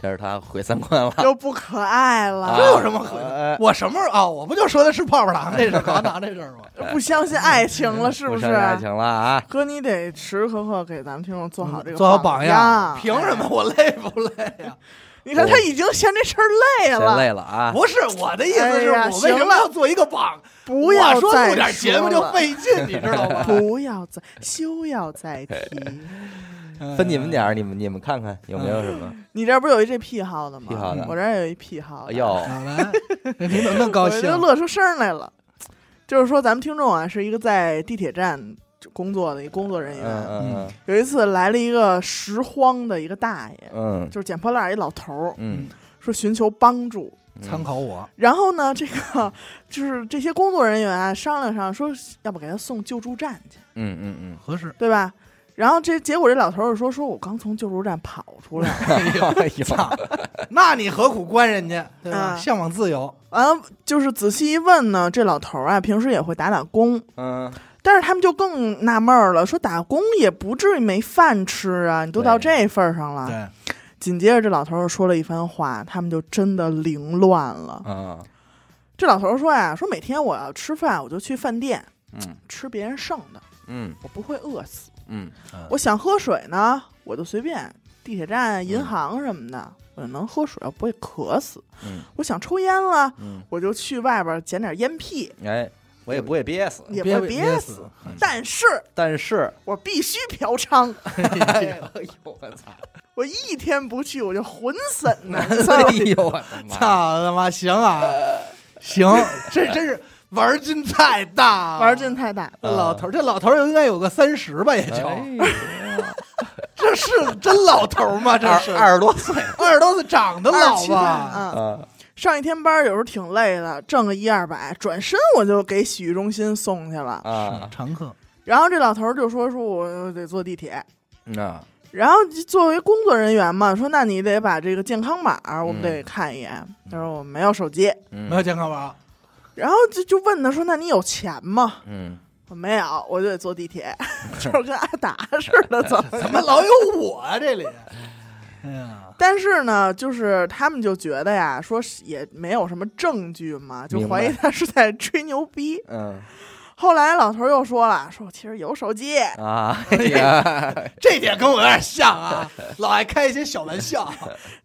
这是他毁三观了。又不可爱了，这有什么可 哎啊我什么时候啊？我不就说的是泡泡糖这事儿、口香糖这事儿 吗？不相信爱情了，是不不是相？信爱情了啊！哥，你得时时刻刻给咱们听众做好啊这个嗯做好榜榜样， 凭什么我累不累 呀、你看他已经嫌这事儿累谁了，累了啊！不是我的意思是哎呀我为什么要做一个榜？不要我说再录点节目就了费劲，你知道吗？ 不要再休要再提。分你们点儿，你们你们看看有没有什么？你这不有一这癖好的吗？癖好的我这儿有一癖好的，哎呦，好哎来，你怎么那么高我兴？就乐出声儿来了。就是说，咱们听众啊，是一个在地铁站工作的一工作人员。嗯嗯有一次来了一个拾荒的一个大爷，嗯就是捡破烂儿一老头儿，嗯说寻求帮助。嗯，参考我，然后呢，这个就是这些工作人员啊商量商量，说要不给他送救助站去，嗯嗯嗯合适。对吧？然后这结果这老头儿就说：“说我刚从救助站跑出来，嗯， 哎呦，操，那你何苦关人家，对吧？啊向往自由， 完了就是仔细一问呢，这老头儿啊平时也会打打工，嗯，但是他们就更纳闷儿了，说打工也不至于没饭吃啊，你都到对这份儿上了。对，紧接着这老头儿说了一番话，他们就真的凌乱了。啊，这老头儿说呀、说每天我要吃饭，我就去饭店嗯吃别人剩的，嗯我不会饿死。嗯嗯我想喝水呢，我就随便地铁站、银行什么的，我就能喝水，我不会渴死。嗯我想抽烟了，嗯，我就去外边捡点烟屁，哎，我也不会憋死，也不别会憋死。死。但是但 是，我必须嫖娼，哎呦 我操，我一天不去我就浑身 难哎受。呦我的操妈！他妈，行啊，行， 这真是玩劲太大啊了，玩儿劲太大，嗯这老头儿，这老头儿应该有个三十吧，也哎就、这是真老头儿哎吗？这是二二十多岁二十多岁，长得二老十七吧？嗯，啊，上一天班儿有时候挺累的，挣个一二百，转身我就给洗浴中心送去了。啊，嗯常客，然后这老头儿就说：“说我得坐地铁。那”然后作为工作人员嘛，说：“那你得把这个健康码儿，我们嗯得看一眼。他说：“我没有手机。没没有，健康宝，然后就就问他说：“那你有钱吗嗯，？”我没有，我就得坐地铁， 就是跟阿达似的走。哎怎么老有我啊？这里，哎呀，但是呢，就是他们就觉得呀，说是也没有什么证据嘛，就明白怀疑他是在吹牛逼。嗯后来老头儿又说了，说我其实有手机，啊，哎 呀，这点跟我有点像啊，老爱开一些小玩笑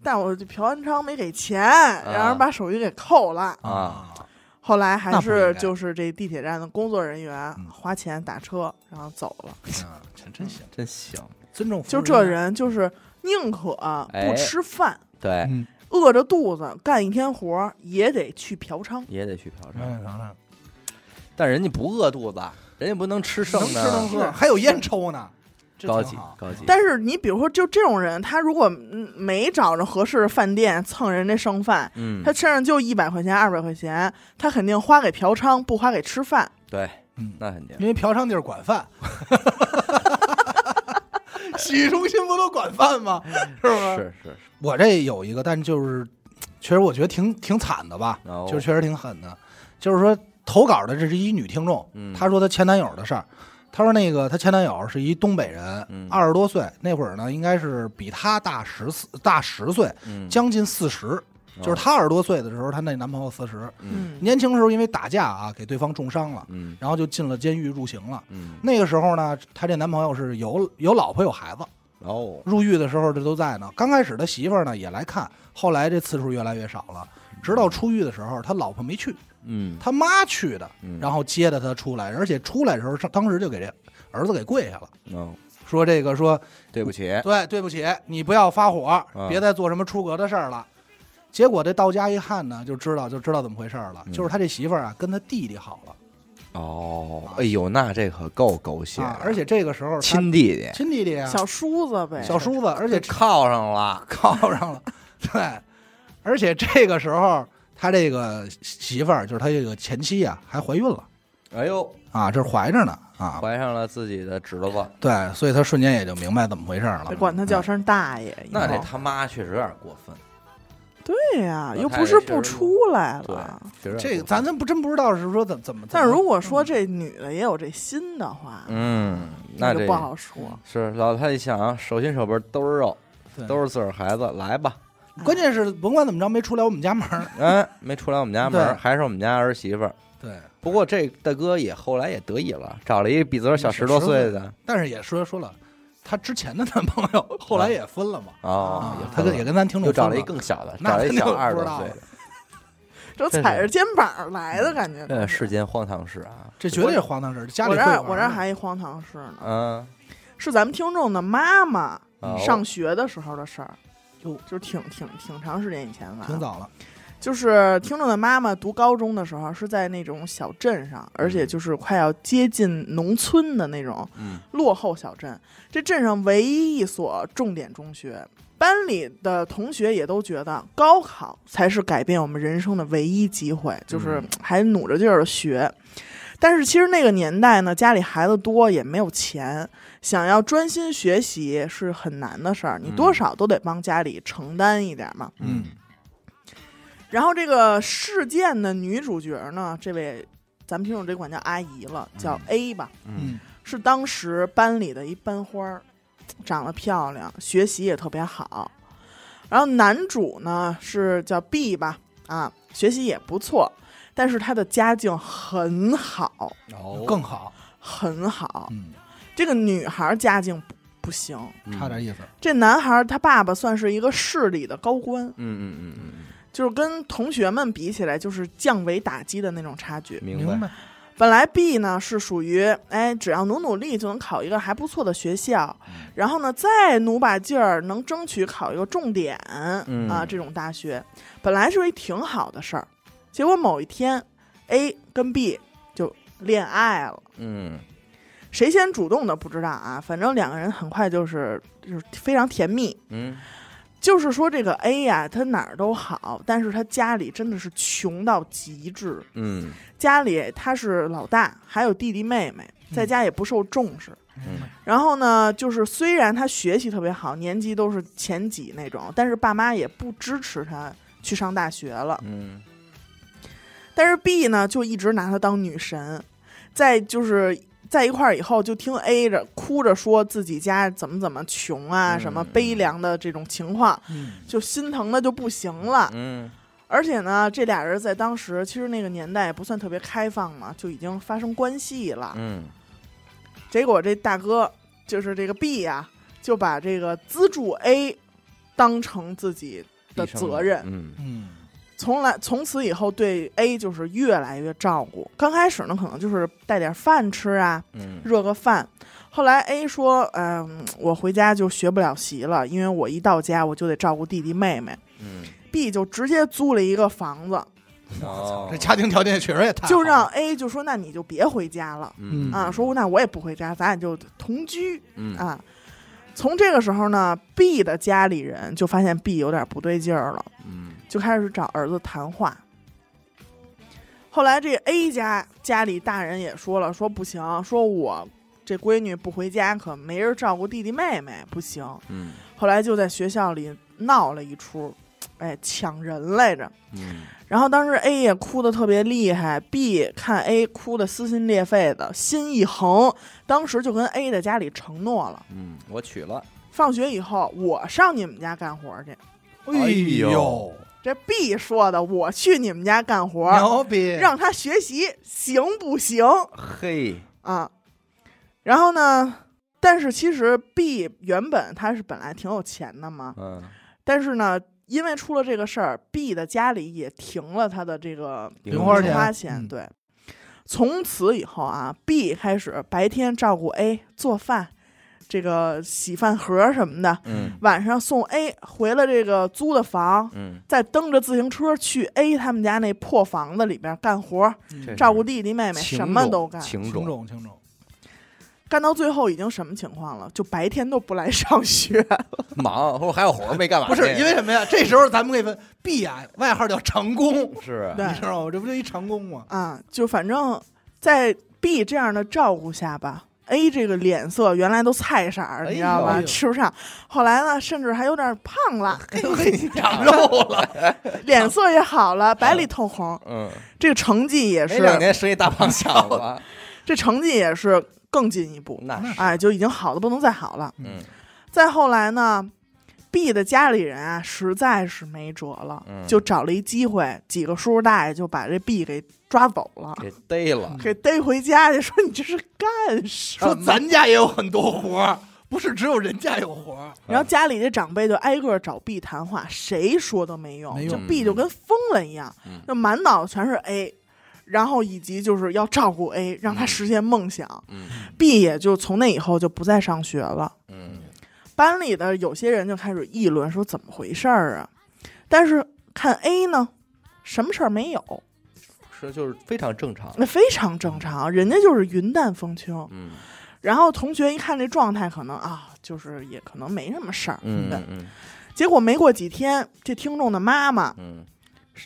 但我就嫖完娼没给钱，啊让人把手机给扣了。啊，后来还那不应是该就是这地铁站的工作人员嗯花钱打车，然后走了。真真行，真行，嗯尊重，就这，人就是宁可哎不吃饭，对，嗯，饿着肚子干一天活儿也得去嫖娼。也得去嫖娼。尝尝，但人家不饿肚子，人家不能吃剩能吃的，能喝，还有烟抽呢，这高挺级好高级。但是你比如说，就这种人，他如果嗯没找着合适的饭店蹭人家剩饭，嗯他，身上就一百块钱、二百块钱，他肯定花给嫖娼，不花给吃饭。对，嗯那肯定。因为嫖娼地儿 管饭，洗浴中心不都管饭吗？是不是？是是我这有一个，但就是，确实我觉得挺挺惨的吧，哦就是确实挺狠的。就是说，投稿的这是一女听众，嗯她说她前男友的事儿，她说那个她前男友是一东北人嗯，二十多岁那会儿呢，应该是比她大十四大十岁，嗯，将近四十。就是她二十多岁的时候，她那男朋友四十。嗯年轻时候因为打架啊，给对方重伤了，嗯然后就进了监狱入刑了。嗯，那个时候呢，她这男朋友是有有老婆有孩子，哦，入狱的时候这都在呢。刚开始他媳妇儿呢也来看，后来这次数越来越少了，直到出狱的时候，他老婆没去，嗯，他妈去的，嗯然后接的他出来，而且出来的时候，上当时就给这儿子给跪下了，哦，说这个说对不起，对对不起，你不要发啊火，别再做什么出格的事儿了。结果这到家一看呢，就知道就知道怎么回事儿了，嗯就是他这媳妇儿啊跟他弟弟好了哦，哎呦，那这可够狗血啊的，，而且这个时候他亲弟弟亲弟弟啊小叔子呗，小叔子，而且靠上了，靠上了， 对，而且这个时候他这个媳妇儿就是他这个前妻啊，还怀孕了哎呦，啊，这怀着呢啊，怀上了自己的侄子，对，所以他瞬间也就明白怎么回事儿了得。管他叫声大爷。嗯以那这后他妈确实有点过分，对呀，老又太不太是确不实出来了。确实有点过分这个咱真不真不知道是说怎怎么，但如果说这女的也有这心的话，嗯，那那就这嗯不好说。是老太太想啊，手心手背都是肉，对都是自个儿孩子，来 吧，关键是甭管怎么着没出来我们家门儿， 哎，没出来我们家门对儿，还是我们家儿媳妇儿。对，不过这大哥也后来也得意了，找了一个比自个儿小十多岁的但是也说说了，她之前的男朋友 后来也分了嘛，哦啊，也，他分跟了也跟咱听众又找分了一了更小的，那找了一肯定小不二十知多道岁了的。这真是踩着肩膀来的感觉都呃，世间荒唐事啊，这绝对是荒唐事儿。家我里这会嗯儿玩我这儿儿还一荒唐事呢，嗯，是咱们听众的妈妈哦上学的时候的事儿，啊哟就是挺挺挺长时间以前了。挺早了，就是听众的妈妈读高中的时候是在那种小镇上，而嗯且就是快要接近农村的那种嗯落后小镇。这镇上唯一一所重点中学，班里的同学也都觉得高考才是改变我们人生的唯一机会，就是嗯还努着劲儿的学。但是其实那个年代呢，家里孩子多也没有钱，想要专心学习是很难的事儿，你嗯多少都得帮家里承担一点嘛。嗯，然后这个事件的女主角呢，这位咱们听众这管叫阿姨了，叫 A 吧，嗯是当时班里的一班花儿，长得漂亮，学习也特别好。然后男主呢是叫 B 吧，啊，学习也不错，但是他的家境很好，哦嗯更好，很好。嗯，这个女孩家境不不行，嗯差点，意思。这男孩他爸爸算是一个市里的高官，嗯嗯嗯嗯就是跟同学们比起来，就是降维打击的那种差距嗯，。明白，白，本来 B 呢是属于，哎，只要努努力就能考一个还不错的学校，然后呢再努把劲儿，能争取考一个重点、嗯啊这种大学，本来是一挺好的事儿。结果某一天，A 跟 B 就恋爱了，嗯谁先主动的不知道啊，反正两个人很快就是就是非常甜蜜。嗯就是说这个 A 呀、他哪儿都好，但是他家里真的是穷到极致，嗯家里他是老大，还有弟弟妹妹，在家也不受重视。嗯然后呢，就是虽然他学习特别好，年级都是前几那种，但是爸妈也不支持他去上大学了。嗯但是 B 呢，就一直拿她当女神，在就是在一块儿以后，就听 A 着哭着说自己家怎么怎么穷啊，嗯什么悲凉的这种情况，嗯，就心疼的就不行了。嗯而且呢，这俩人在当时其实那个年代也不算特别开放嘛，就已经发生关系了。嗯，结果这大哥就是这个 B 呀、就把这个资助 A 当成自己的责任，嗯嗯，从来从此以后对 A 就是越来越照顾。刚开始呢，可能就是带点饭吃啊，嗯热个饭。后来 A 说：“嗯，我回家就学不了习了，因为我一到家我就得照顾弟弟妹妹。嗯， ”B 就直接租了一个房子，我操，这家庭条件确实也太好就让了 A 就说：“那你就别回家了嗯啊！”说：“那我也不回家，咱俩就同居嗯啊。”从这个时候呢，B 的家里人就发现 B 有点不对劲儿了，嗯就开始找儿子谈话。后来这 A 家家里大人也说了，说不行，说我这闺女不回家可没人照顾弟弟妹妹，不行。嗯后来就在学校里闹了一出，哎抢人来着。嗯，然后当时 A 也哭的特别厉害，B 看 A 哭的撕心裂肺的，心一横，当时就跟 A 的家里承诺了，嗯，我娶了，放学以后我上你们家干活去。哎呦呦，这 B 说的，我去你们家干活，牛逼！让他学习行不行嘿，啊？然后呢，但是其实 B 原本他是本来挺有钱的嘛，嗯，但是呢，因为出了这个事儿，B 的家里也停了他的这个零花零钱花钱。嗯对，从此以后啊，B 开始白天照顾 A 做饭，这个洗饭盒什么的，嗯晚上送 A 回了这个租的房，嗯，再蹬着自行车去 A 他们家那破房子里边干活儿，嗯这是照顾弟弟妹妹，情什么种都干。情轻种，重轻重，干到最后已经什么情况了？就白天都不来 上学，忙，或者还有活儿没干完不呢，是因为什么呀？这时候咱们可以问 B 啊，外号叫长工，是对你知道吗？这不就一长工吗？啊，就反正，在 B 这样的照顾下吧，A 这个脸色原来都菜色儿，你知道吧哎？呦吃不上。后来呢，甚至还有点胖 了，哎长肉了， 脸色也好了，白里透红。嗯，这个成绩也没哎两是，年生一大胖小子，这成绩也是更进一步，那是，哎，就已经好的不能再好了。嗯再后来呢，B 的家里人啊，实在是没辙了，嗯就找了一机会，几个叔叔大爷就把这 B 给抓走了，给逮了，给逮回家去，说你这是干什么？说咱家也有很多活儿，不是只有人家有活儿。嗯然后家里的长辈就挨个找 B 谈话，谁说都没用，没用就 B 就跟疯了一样，嗯就满脑子全是 A，然后以及就是要照顾 A，让他嗯实现梦想。嗯 B 也就从那以后就不再上学了。嗯班里的有些人就开始议论说怎么回事儿啊，但是看 A 呢，什么事儿没有，是就是非常正常，那非常正常，人家就是云淡风轻。嗯然后同学一看这状态，可能啊，就是也可能没什么事儿，嗯对。嗯结果没过几天，这听众的妈妈嗯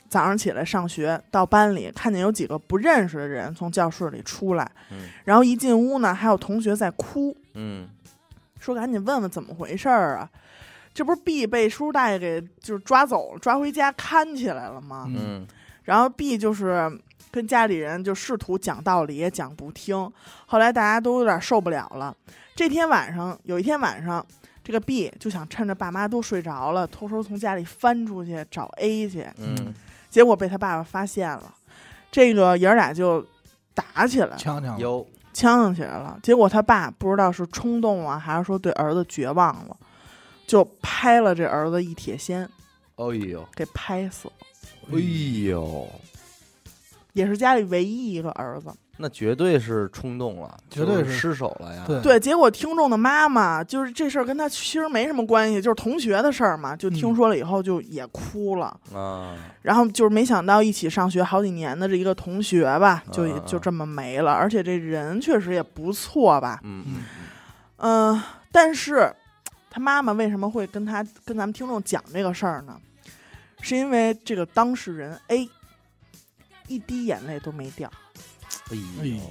早上起来上学，到班里看见有几个不认识的人从教室里出来，嗯然后一进屋呢，还有同学在哭，嗯说赶紧问问怎么回事儿啊！这不是 B 被叔叔大爷给就是抓走了，抓回家看起来了吗？嗯嗯然后 B 就是跟家里人就试图讲道理，也讲不听。后来大家都有点受不了了。这天晚上，有一天晚上，这个 B 就想趁着爸妈都睡着了，偷偷从家里翻出去找 A 去，嗯，结果被他爸爸发现了。这个爷儿俩就打起来了，强强有呛呛起来了。结果他爸不知道是冲动啊，还是说对儿子绝望了，就拍了这儿子一铁锨，哎呦，给拍死了。哎呦，也是家里唯一一个儿子。那绝对是冲动了，绝对就是失手了呀。对对，结果听众的妈妈就是这事儿跟他其实没什么关系，就是同学的事儿嘛，就听嗯说了以后就也哭了。啊，然后就是没想到一起上学好几年的这一个同学吧，就也嗯嗯就这么没了，而且这人确实也不错吧，嗯嗯嗯、但是他妈妈为什么会跟他跟咱们听众讲这个事儿呢？是因为这个当事人 A 一滴眼泪都没掉，嗯，哎哎呦呦，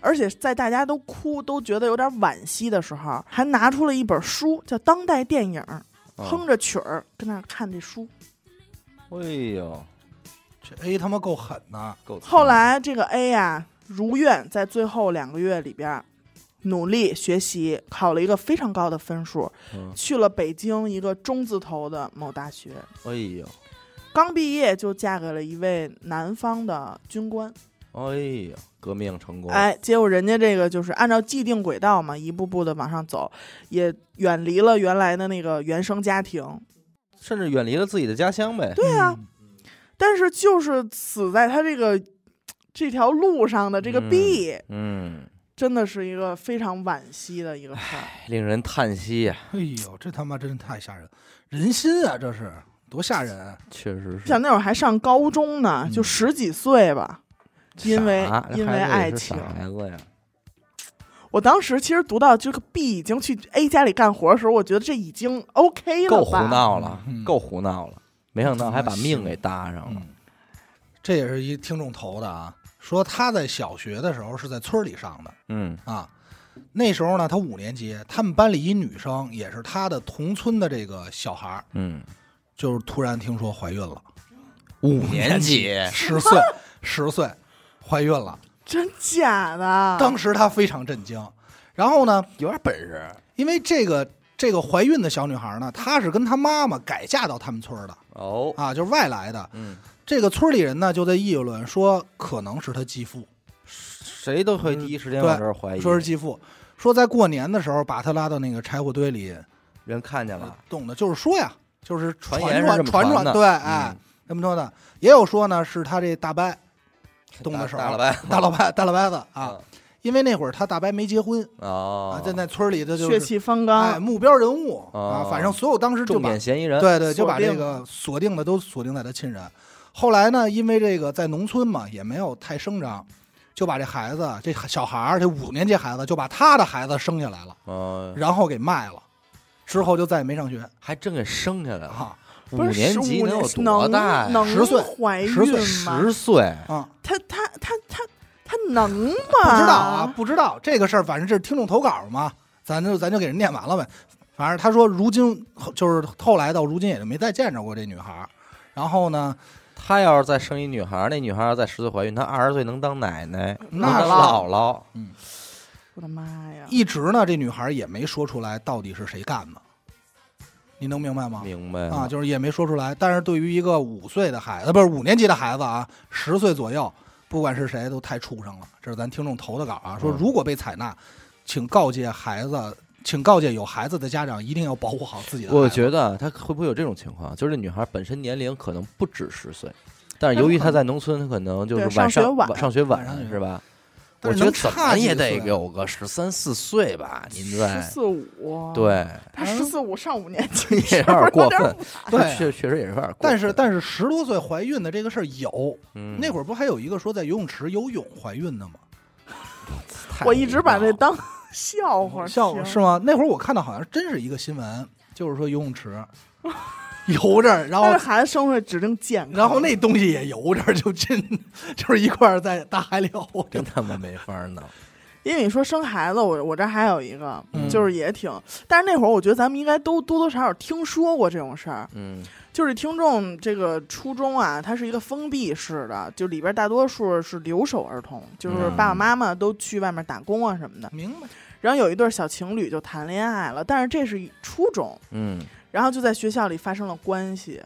而且在大家都哭都觉得有点惋惜的时候，还拿出了一本书，叫《当代电影》，啊哼，着曲儿跟那儿看这书。哎呦，这 A 他妈够狠的，够惨。后来这个 A 啊，如愿在最后两个月里边儿努力学习，考了一个非常高的分数，嗯，去了北京一个中字头的某大学。哎呦，刚毕业就嫁给了一位南方的军官，哎呦，革命成功，，哎，结果人家这个就是按照既定轨道嘛，一步步的往上走，也远离了原来的那个原生家庭。甚至远离了自己的家乡呗。对啊，嗯，但是就是死在他这个这条路上的这个嗯 B，、嗯，真的是一个非常惋惜的一个事儿。令人叹息呀，哎呦，这他妈真是太吓人，人心啊，这是多吓人啊！确实是像。那会儿还上高中呢，嗯就十几岁吧。因为傻这因为孩子也爱是情傻孩子呀，我当时其实读到这个 B 已经去 A 家里干活的时候，我觉得这已经 OK 够了胡吧？闹了嗯，够胡闹了。没想到还把命给搭上了。嗯，这也是一听众投的啊，说他在小学的时候是在村儿里上的嗯啊，那时候呢，他五年级，他们班里一女生也是他的同村的这个小孩儿，嗯就是突然听说怀孕了，五年级，十岁，十岁怀孕了，真假的？当时她非常震惊。然后呢，有点本事因为这个这个怀孕的小女孩呢，她是跟她妈妈改嫁到他们村儿的哦。啊，就是外来的。嗯，这个村里人呢就在议论说，可能是她继父，谁都会第一时间往这儿怀疑，说是继父，说在过年的时候把她拉到那个柴火堆里人看见了，冻呃的，就是说呀，就是传言是这传么传传的嗯对，哎，这么多的，也有说呢是她这大伯冻的时候，大了呗大老伯大老伯子啊， 因为那会儿她大伯没结婚哦啊，，在那村里的就血啊是气方哎刚，目标人物啊哦，反正所有当时就重把点嫌疑人，对对，就锁把这定个锁定的都锁定在他亲人。后来呢，因为这个在农村嘛，也没有太声张，就把这孩子，这小孩儿，这五年级孩子，就把他的孩子生下来了，嗯，然后给卖了，之后就再也没上学还真给生下来了，啊五年级能能有多大呀？能十岁怀孕十岁吗？十岁，啊！他他他他他能吗？不知道啊，，不知道这个事儿，反正这是听众投稿嘛，咱就咱就给人念完了呗。反正他说，如今就是后来到如今也就没再见着过这女孩儿。然后呢，他要是再生一女孩儿，那女孩儿要再十岁怀孕，她二十岁能当奶奶，那能当是姥姥。我的妈呀！一直呢，这女孩儿也没说出来到底是谁干的，你能明白吗？明白啊，了，就是也没说出来。但是对于一个五岁的孩子，啊不是五年级的孩子啊，十岁左右，不管是谁都太畜生了。这是咱听众投的稿啊，说嗯如果被采纳，请告诫孩子，请告诫有孩子的家长一定要保护好自己的孩子。我觉得她会不会有这种情况？啊就是这女孩本身年龄可能不止十岁，但是由于她在农村，她可能就是对晚上学上晚晚上学晚上晚学是吧？但我是觉得能怎差么几也岁得啊有个十三四岁吧，您十在四五，，对，他十四五上五年 级， 也有点过分，对啊确确实也是有点过分。但是但是十多岁怀孕的这个事儿有，嗯那会儿不还有一个说在游泳池游泳怀孕的吗？太我一直把无聊这了当笑 话笑话听是吗？那会儿我看到好像真是一个新闻，就是说游 泳池游着，然后但 是孩子生出来指定健康，然后那东西也游着，就进， 就是一块儿在大海里游 着真。他妈没法弄。因为你说生孩子，我我这还有一个，嗯就是也挺，但是那会儿我觉得咱们应该都多多少少听说过这种事儿。嗯，就是听众这个初中啊，它是一个封闭式的，就里边大多数是留守儿童，就是嗯爸爸妈妈都去外面打工啊什么的。明白，然后有一对小情侣就谈恋爱了，但是这是初中，嗯，然后就在学校里发生了关系，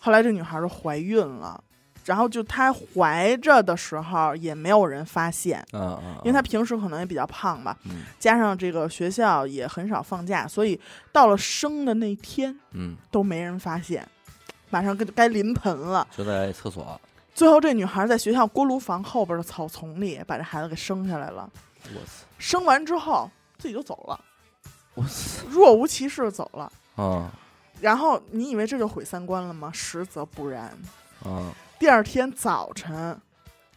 后来这女孩就怀孕了。然后就她怀着的时候也没有人发现，啊啊，因为她平时可能也比较胖吧，嗯加上这个学校也很少放假，所以到了生的那天嗯，都没人发现，马上跟该临盆了。就在厕所，最后这女孩在学校锅炉房后边的草丛里把这孩子给生下来了，我操，生完之后自己就走了，我操，若无其事地走了。啊然后你以为这就毁三观了吗？实则不然。啊，第二天早晨，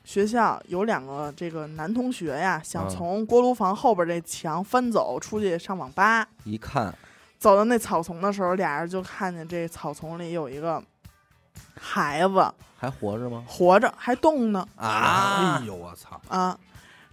学校有两个这个男同学呀，想嗯从锅炉房后边这墙翻走出去上网吧。一看，走到那草丛的时候，俩人就看见这草丛里有一个孩子还活着吗？活着还动呢啊哎，呦我操！啊！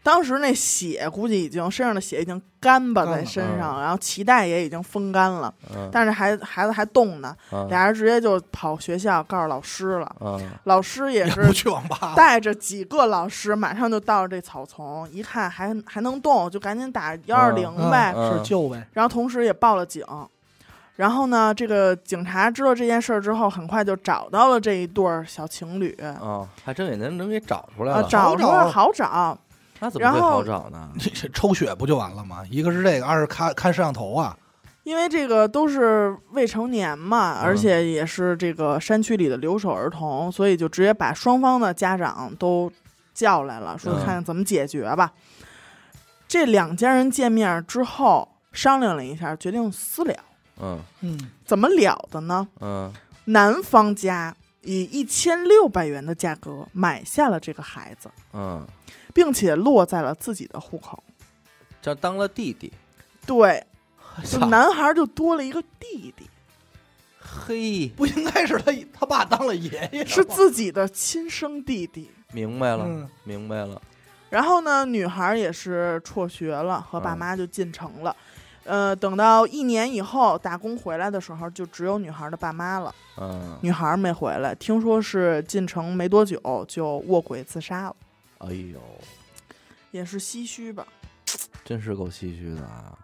当时那血估计已经身上的血已经干巴干了嗯在身上，然后脐带也已经风干了，嗯，但是孩孩子还动呢，嗯啊俩人直接就跑学校告诉老师了。啊，老师也也是哎不去网吧了，带着几个老师，马上就到这草丛，一看还还能动，就赶紧打幺二零嗯呗。嗯是救呗。然后同时也报了警。然后呢，这个警察知道这件事儿之后，很快就找到了这一对儿小情侣，啊，还真给能能给找出来啊，了，找出来好找好找，那怎么会然后好找呢？你这 抽血不就完了吗？一个是这个，二是看看摄像头啊。因为这个都是未成年嘛，嗯而且也是这个山区里的留守儿童，所以就直接把双方的家长都叫来了，说嗯看看怎么解决吧。这两家人见面之后商量了一下，决定私了。嗯 嗯，怎么了的呢？嗯，男方家以一千六百元的价格买下了这个孩子，嗯，并且落在了自己的户口。这当了弟弟，对，就操男孩就多了一个弟弟，嘿，不应该是他他爸当了爷爷吗是自己的亲生弟弟。明白嗯了，明白了，嗯然后呢，女孩也是辍学了，和爸妈就进城了。呃，等到一年以后打工回来的时候，就只有女孩的爸妈了，嗯，女孩没回来。听说是进城没多久就卧轨自杀了，哎呦，也是唏嘘吧。真是够唏嘘的啊！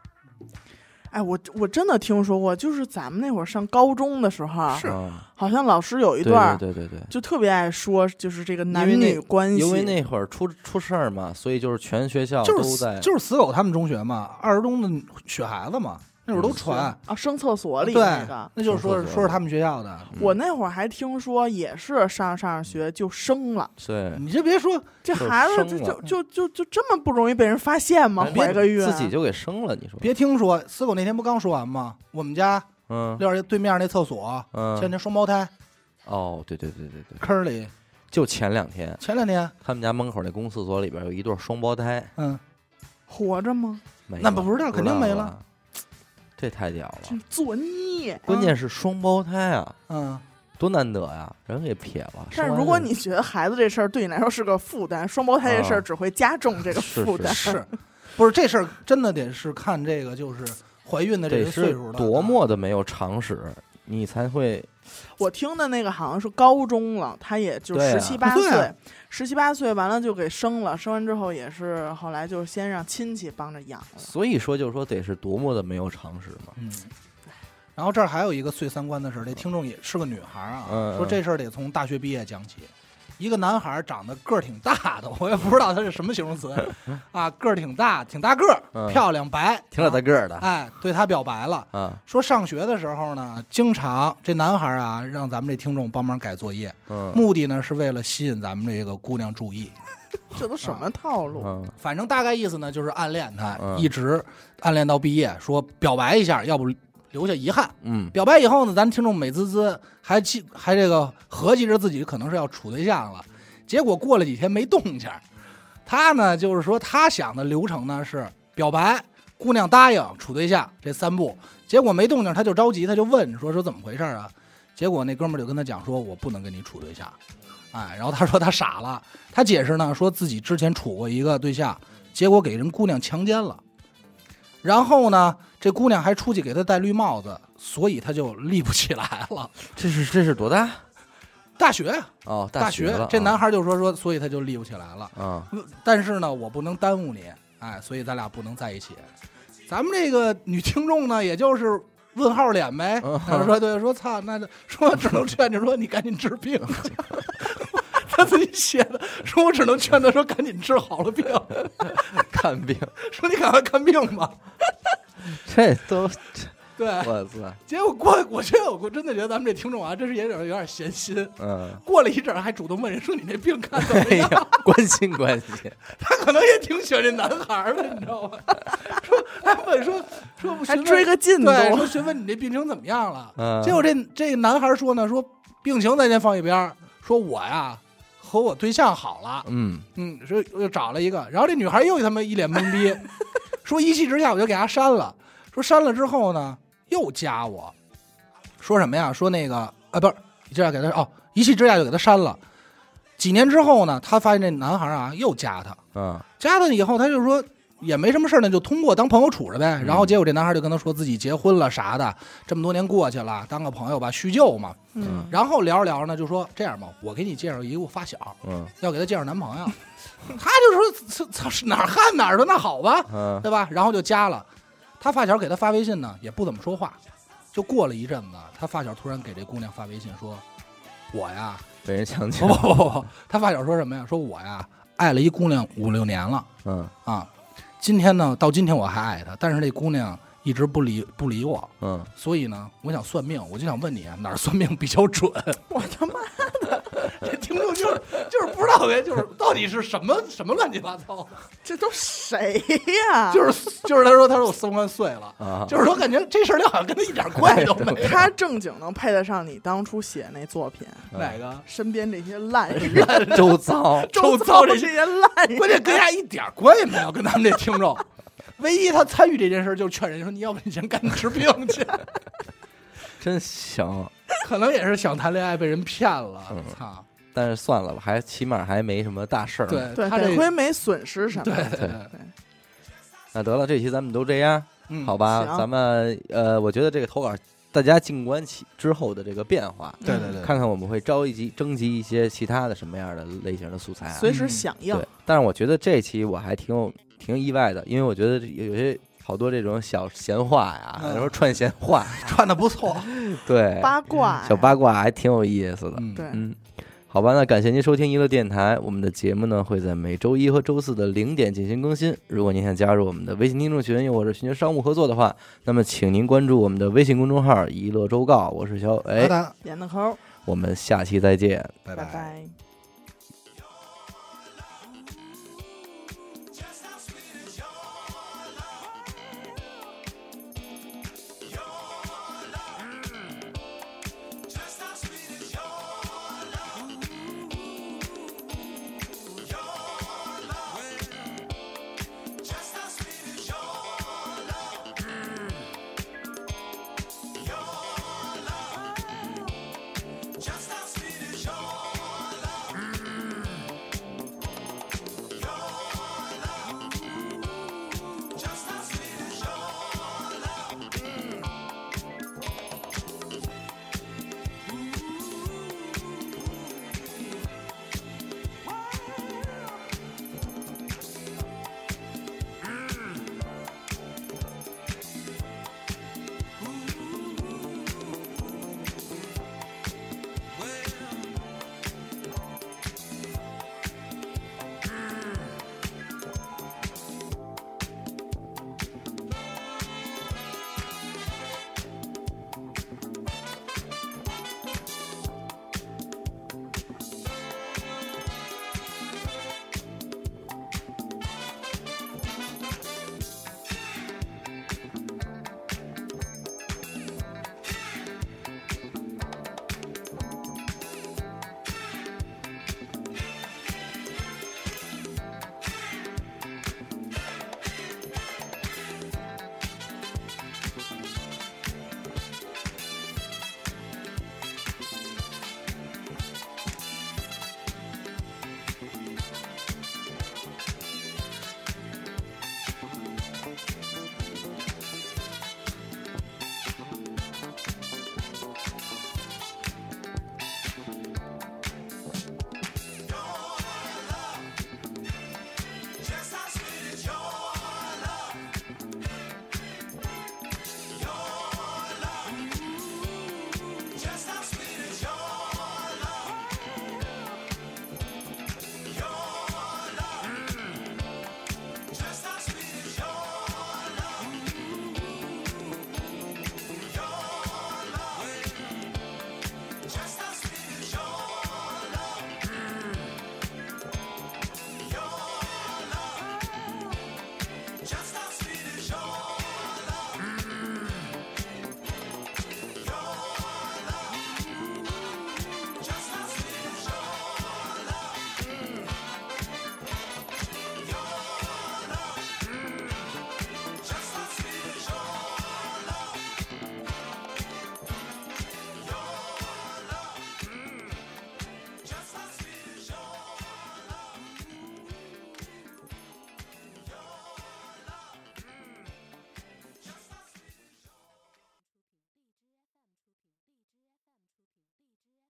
哎，我我真的听说过，就是咱们那会儿上高中的时候啊，是啊好像老师有一对段儿对对对对，就特别爱说，就是这个男因为女那关系，因为那会儿出出事儿嘛，所以就是全学校就是都在死就是死狗他们中学嘛，二十中的血孩子嘛，那会儿都传，嗯啊生厕所里对那个，。那就是说生厕所说是他们学校的。嗯我那会儿还听说，也是上上学就生了，对，你这别说，这就是孩子生就了就就就就这么不容易被人发现吗？哎怀个孕自己就给生了，你说？别听说死狗那天不刚说完吗？我们家嗯六儿爷对面那厕所，前嗯，天双胞胎哦，对对对对对，坑里，就前两天，前两天，他们家门口那公厕所里边有一对双胞胎，嗯，活着吗？没那了不知道肯定没了了，啊这太屌了！真作孽！关键是双胞胎啊， 嗯，多难得呀，人给撇了。生但是完如果就你觉得孩子这事儿对你来说是个负担，双胞胎这事啊儿只会加重这个是负是担。是，不是这事儿真的得是看这个就是怀孕的这得个岁是数了，啊多么的没有常识，你才会 我听的那个好像是高中了，他也就对啊十七八对岁啊，十七八岁完了就给生了，生完之后也是后来就先让亲戚帮着养了。所以说，就是说得是多么的没有常识嘛。嗯。然后这儿还有一个碎三观的事儿，这听众也是个女孩儿啊，嗯嗯说这事儿得从大学毕业讲起。一个男孩儿长得个儿挺大的， 我也不知道他是什么形容词啊，个儿挺大，挺大个儿，嗯漂亮白，挺老大个儿的啊哎，对他表白了，说上学的时候呢，经常这男孩儿啊让咱们这听众帮忙改作业，嗯目的呢是为了吸引咱们这个姑娘注意。这都什么套路？嗯反正大概意思呢，就是暗恋他，嗯一直暗恋到毕业，说表白一下，要不留下遗憾。嗯，表白以后呢，咱听众美滋滋还记还这个合计着自己可能是要处对象了，结果过了几天没动静儿，他呢就是说他想的流程呢是表白，姑娘答应，处对象这三步，结果没动静儿，他就着急，他就问说说怎么回事儿啊？结果那哥们儿就跟他讲说，我不能跟你处对象，哎，然后他说他傻了，他解释呢说自己之前处过一个对象，结果给人姑娘强奸了。然后呢，这姑娘还出去给他戴绿帽子，所以他就立不起来了。这是这是多大？ 大学啊呀，哦，大学了。这男孩就说说，所以他就立不起来 了。啊，但是呢，我不能耽误你，哎，所以咱俩不能在一起。咱们这个女听众呢，也就是问号脸 呗。嗯她就说对，说操，那就说只能劝着说你赶紧治 病去。他自己写的，说我只能劝他说赶紧治好了病，嗯看病，说你赶快看病吧。 这 都对，我操，结果过，我觉得我真的觉得咱们这听众啊，真是也有点有点闲心。嗯，过了一阵儿，还主动问人说：“你那病看怎么哎样？”呀，关心关心，他可能也挺喜欢这男孩儿的，你知道吗？ 说还问说说还询问追个进度，对，说询问你这病情怎么样了？ 嗯，结果这这男孩儿说呢，说病情咱先放一边儿，说我呀和我对象好了，嗯，嗯，说又找了一个，然后这女孩又他妈一脸懵逼，说一气之下我就给她删了，说删了之后呢又加我，说什么呀？说那个啊，不是，这样给她哦，一气之下就给她删了。几年之后呢，她发现这男孩啊又加她，嗯，加她以后，她就说也没什么事儿呢，就通过当朋友处着呗。然后结果这男孩就跟她说自己结婚了啥的，这么多年过去了，当个朋友吧，叙旧嘛。嗯，然后聊着聊着呢，就说这样吧，我给你介绍一个我发小。嗯，要给她介绍男朋友，她就说这操是哪儿旱哪儿的，那好吧，嗯，对吧？然后就加了，她发小给她发微信呢，也不怎么说话，就过了一阵子，她发小突然给这姑娘发微信说：“我呀，被人强奸不，不不不不，她发小说什么呀？说我呀爱了一姑娘五六年了嗯啊，今天呢到今天我还爱她，但是这姑娘一直不理不理我，嗯，所以呢我想算命，我就想问你啊哪儿算命比较准？” 我他妈这听众就是就是不知道呗，就是到底是什么什么乱七八糟的，这都谁 呀？就是就是他说他说我三观碎了，啊，哎就是说感觉这事儿好像跟他一点关系都没有。他正经能配得上你当初写那作品，嗯 哪个？身边这些烂 人， 周遭，周遭遭这这些，些烂人，关键跟他一点关系没有，跟咱们这听众。唯一他参与这件事，就是劝人说：“你要不你先赶紧治病去。 真行，”可能也是想谈恋爱被人骗了嗯，操！但是算了吧，还起码还没什么大事儿。，对对，他这得亏没损失什么。对那得了，这期咱们都这样，嗯好吧，行咱们呃，我觉得这个投稿大家静观其之后的这个变化，对对对，看看我们会召集征集一些其他的什么样的类型的素材啊。嗯随时响应。对，但是我觉得这期我还挺有挺意外的，因为我觉得有些好多这种小闲话呀，嗯然后串闲话，穿的不错，对，八卦小八卦还挺有意思的。嗯对嗯，好吧，那感谢您收听娱乐电台。我们的节目呢会在每周一和周四的零点进行更新。如果您想加入我们的微信听众群，又或者寻求商务合作的话，那么请您关注我们的微信公众号“娱乐周告”。我是小好哎，的，点的抠，我们下期再见。拜拜。